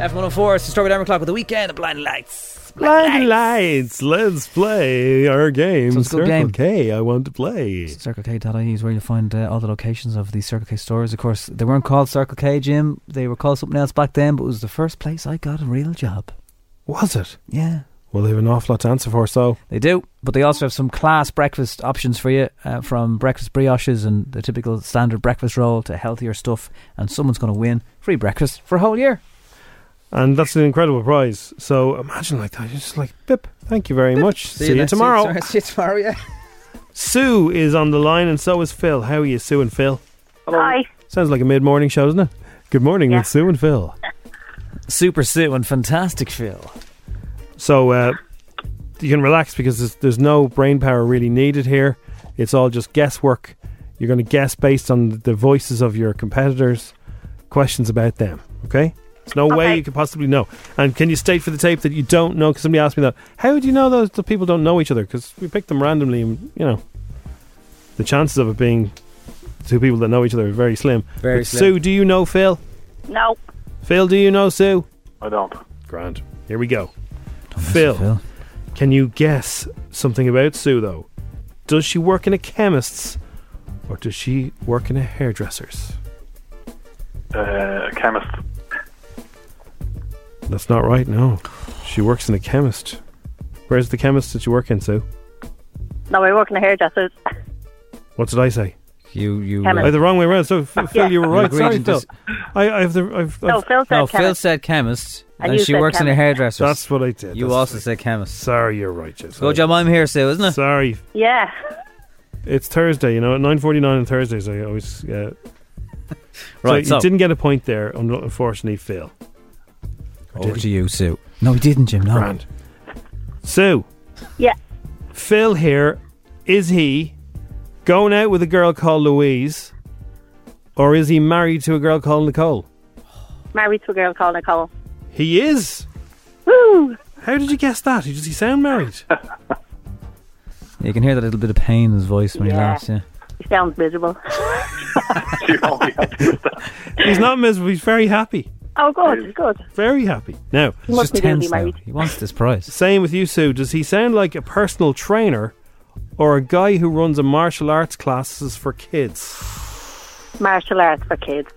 Speaker 13: touch.
Speaker 4: F104, it's the Strawberry Diamond Clock with the weekend, the blind lights.
Speaker 3: Blind lights. Let's play our game.
Speaker 4: So it's a good
Speaker 3: Circle
Speaker 4: game.
Speaker 3: K, I want to play.
Speaker 4: Circle K.ie is where you'll find uh, all the locations of the Circle K stores. Of course, they weren't called Circle K, Jim. They were called something else back then, but it was the first place I got a real job.
Speaker 3: Was it?
Speaker 4: Yeah.
Speaker 3: Well, they have an awful lot to answer for, so.
Speaker 4: They do, but they also have some class breakfast options for you, uh, from breakfast brioches and the typical standard breakfast roll to healthier stuff. And someone's going to win free breakfast for a whole year.
Speaker 3: And that's an incredible prize. So imagine like that. You're just like, Bip, thank you very much. See, you
Speaker 4: next-
Speaker 3: tomorrow.
Speaker 4: *laughs* See you tomorrow, yeah.
Speaker 3: Sue is on the line, and so is Phil. How are you, Sue and Phil?
Speaker 32: Hi.
Speaker 3: Sounds like a mid morning show, doesn't it? Good morning
Speaker 32: Yeah.
Speaker 3: with Sue and Phil.
Speaker 4: Super Sue and fantastic Phil.
Speaker 3: So uh, you can relax because there's, there's no brain power really needed here. It's all just guesswork. You're going to guess based on the voices of your competitors, questions about them. Okay? There's no way you could possibly know. And can you state for the tape that you don't know? Because somebody asked me that. How do you know those the people don't know each other? Because we picked them randomly, and you know, the chances of it being two people that know each other are very slim.
Speaker 31: Very
Speaker 3: But
Speaker 31: slim.
Speaker 3: Sue, do you know Phil?
Speaker 32: No.
Speaker 3: Phil, do you know Sue?
Speaker 31: I don't.
Speaker 3: Grand. Here we go. Phil, can you guess something about Sue though? Does she work in a chemist's or does she work in a hairdresser's?
Speaker 22: Uh, chemist.
Speaker 3: That's not right, no. She works in a chemist. Where's the chemist that you work in, Sue?
Speaker 32: No, I work in the hairdressers.
Speaker 3: What did I say?
Speaker 4: You you
Speaker 32: Chemist.
Speaker 3: Oh, the wrong way around. So Phil,
Speaker 32: Yeah.
Speaker 3: you were
Speaker 4: You
Speaker 3: right.
Speaker 4: agreed
Speaker 3: Sorry,
Speaker 4: and
Speaker 3: Phil.
Speaker 4: dis-
Speaker 3: I, I've the I've,
Speaker 32: No,
Speaker 3: I've-
Speaker 32: Phil said
Speaker 4: no, Phil
Speaker 32: chemist.
Speaker 4: said chemist. And she works in a hairdresser.
Speaker 3: That's what I did.
Speaker 4: You
Speaker 3: That's
Speaker 4: also said chemist.
Speaker 3: Sorry, you're right, Jess.
Speaker 4: Good job I'm here, Sue, isn't it?
Speaker 3: Sorry.
Speaker 13: Yeah.
Speaker 3: It's Thursday, you know, at 9.49 on Thursdays, I always... Uh,
Speaker 4: *laughs* Right,
Speaker 3: you
Speaker 4: so-
Speaker 3: didn't get a point there, un- unfortunately, Phil. Or
Speaker 4: Over
Speaker 3: did
Speaker 4: to you, Sue. No, he didn't, Jim. No.
Speaker 3: Grand. Sue.
Speaker 13: Yeah.
Speaker 3: Phil here, is he going out with a girl called Louise, or is he married to a girl called Nicole?
Speaker 13: Married to a girl called Nicole.
Speaker 3: He is.
Speaker 13: Woo!
Speaker 3: How did you guess that? Does he sound married?
Speaker 4: You can hear that little bit of pain in his voice when he
Speaker 13: Yeah.
Speaker 4: laughs. Yeah.
Speaker 13: He sounds miserable.
Speaker 3: he's not miserable. He's very happy.
Speaker 13: Oh, good, good.
Speaker 3: Very happy. Now,
Speaker 13: He must be newly married.
Speaker 4: He wants this prize.
Speaker 3: Same with you, Sue. Does he sound like a personal trainer or a guy who runs a martial arts classes for kids?
Speaker 13: Martial arts for kids.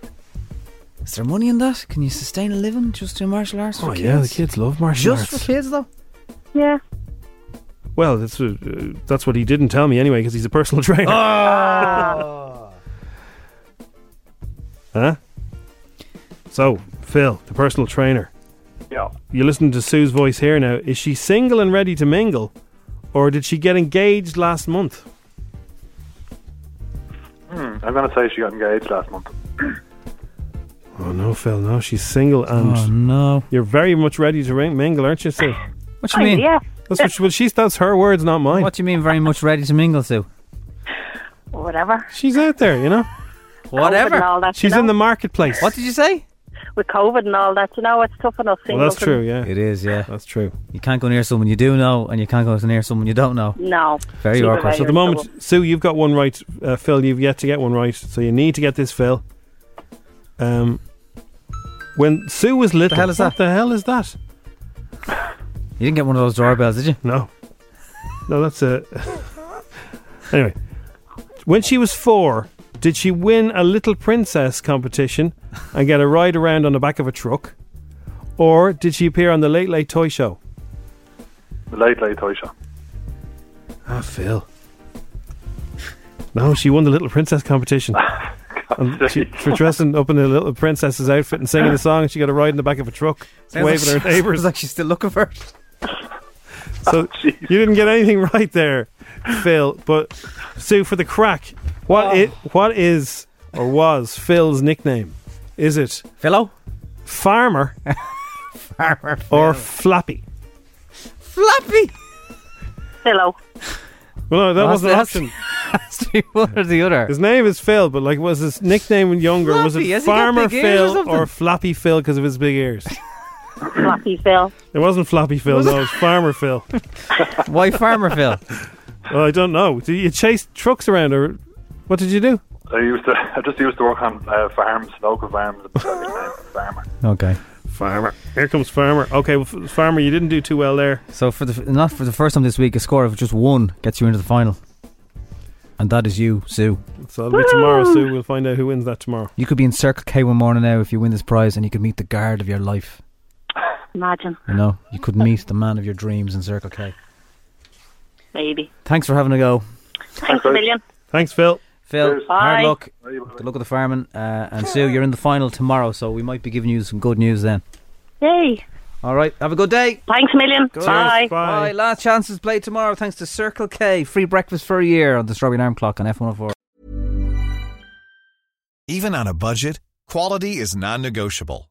Speaker 4: Is there money in that? Can you sustain a living just doing martial arts for
Speaker 3: Oh,
Speaker 4: kids?
Speaker 3: yeah, the kids love martial
Speaker 4: Just
Speaker 3: arts.
Speaker 4: for kids, though?
Speaker 13: Yeah.
Speaker 3: Well, that's uh, uh, that's what he didn't tell me anyway, because he's a personal *laughs* trainer.
Speaker 4: Oh!
Speaker 3: *laughs* Huh? So, Phil, the personal trainer.
Speaker 9: Yeah.
Speaker 3: You listen to Sue's voice here now. Is she single and ready to mingle, or did she get engaged last month?
Speaker 9: Hmm, I'm going to say she got engaged last month.
Speaker 3: Oh no, Phil, no, she's single and
Speaker 4: Oh, no.
Speaker 3: You're very much ready to ring- mingle, aren't you, Sue?
Speaker 4: What
Speaker 13: Oh,
Speaker 4: you mean?
Speaker 3: That's what she, well, she's that's her words, not mine.
Speaker 4: What do you mean? Very much ready to mingle, Sue.
Speaker 13: Whatever.
Speaker 3: She's out there, you know.
Speaker 13: Whatever. and all that,
Speaker 3: She's
Speaker 13: you know?
Speaker 3: in the marketplace.
Speaker 4: What did you say?
Speaker 13: With COVID and all that, you know, it's tough enough.
Speaker 4: Well,
Speaker 13: single
Speaker 4: that's
Speaker 13: to-
Speaker 4: true,
Speaker 3: yeah.
Speaker 4: It is, yeah.
Speaker 3: That's true.
Speaker 4: You can't go near someone you do know, and you can't go near someone you don't know.
Speaker 13: No.
Speaker 4: Very
Speaker 13: Either
Speaker 4: awkward.
Speaker 13: way,
Speaker 3: So at the
Speaker 13: you're
Speaker 3: moment,
Speaker 13: in
Speaker 3: Sue, you've got one right. Uh, Phil, you've yet to get one right. So you need to get this, Phil. Um, when Sue was little,
Speaker 4: hell is
Speaker 3: what the hell is that?
Speaker 4: You didn't get one of those doorbells, did you?
Speaker 3: No. No, that's a. *laughs* anyway, when she was four, did she win a little princess competition and get a ride around on the back of a truck, or did she appear on the Late Late Toy Show?
Speaker 9: The late, late toy shop.
Speaker 3: Ah, Phil. No, she won the Little
Speaker 9: *laughs*
Speaker 3: Princess competition. And she, for dressing up in a little princess's outfit and singing a song, she got a ride in the back of a truck,
Speaker 4: Sounds
Speaker 3: waving
Speaker 4: like
Speaker 3: at her neighbours.
Speaker 4: sounds like she's still looking for it.
Speaker 3: So
Speaker 4: Oh,
Speaker 3: you didn't get anything *laughs* right there, Phil. But Sue, for the crack, what
Speaker 4: Oh.
Speaker 3: it what is or was Phil's nickname? Is it
Speaker 4: Philo,
Speaker 3: Farmer,
Speaker 4: *laughs* Farmer *laughs*
Speaker 3: or Flappy?
Speaker 4: Flappy.
Speaker 13: Hello.
Speaker 3: Well, no, Oh, that
Speaker 4: Well,
Speaker 3: wasn't an
Speaker 4: *laughs* that's-
Speaker 3: option.
Speaker 4: Has to be one or the other.
Speaker 3: His name is Phil, but like, was his nickname when younger? was
Speaker 4: Flappy,
Speaker 3: it
Speaker 4: has he got
Speaker 3: Farmer
Speaker 4: big ears or
Speaker 3: Phil
Speaker 4: something?
Speaker 3: or Flappy Phil because of his big
Speaker 4: *laughs*
Speaker 3: ears?
Speaker 13: Flappy Phil.
Speaker 3: It wasn't Flappy Phil,
Speaker 13: Was
Speaker 3: no,
Speaker 13: it?
Speaker 3: it was Farmer Phil.
Speaker 4: Why Farmer Phil?
Speaker 3: Well, I don't know. Did you chase trucks around, or what did you do?
Speaker 9: I used to, *laughs* I just used to work on uh, farms, local farms. *laughs* and that nickname, Farmer.
Speaker 4: Okay.
Speaker 3: Farmer. Here comes Farmer. Okay, well, F- Farmer, you didn't do too well there.
Speaker 4: So for the f- not for the first time this week, a score of just one gets you into the final, and that is you, Sue.
Speaker 3: So it'll be tomorrow, Sue. We'll find out who wins that tomorrow.
Speaker 4: You could be in Circle K one morning now if you win this prize, and you could meet the guard of your life.
Speaker 13: Imagine.
Speaker 4: You know, you could meet the man of your dreams in Circle K.
Speaker 13: Maybe.
Speaker 4: Thanks for having a go,
Speaker 13: Thanks a million.
Speaker 3: Thanks, Phil.
Speaker 4: Phil.
Speaker 13: Cheers.
Speaker 4: Hard
Speaker 13: Bye.
Speaker 4: luck. Good luck at the farming, uh, and Sue, you're in the final tomorrow, so we might be giving you some good news then.
Speaker 13: Yay.
Speaker 4: All right, have a good day.
Speaker 13: Thanks a million.
Speaker 4: Good.
Speaker 13: Bye.
Speaker 4: Bye. Last chances play tomorrow thanks to Circle K. Free breakfast for a year on the Strawberry Alarm Clock on F104.
Speaker 1: Even on a budget, quality is non-negotiable.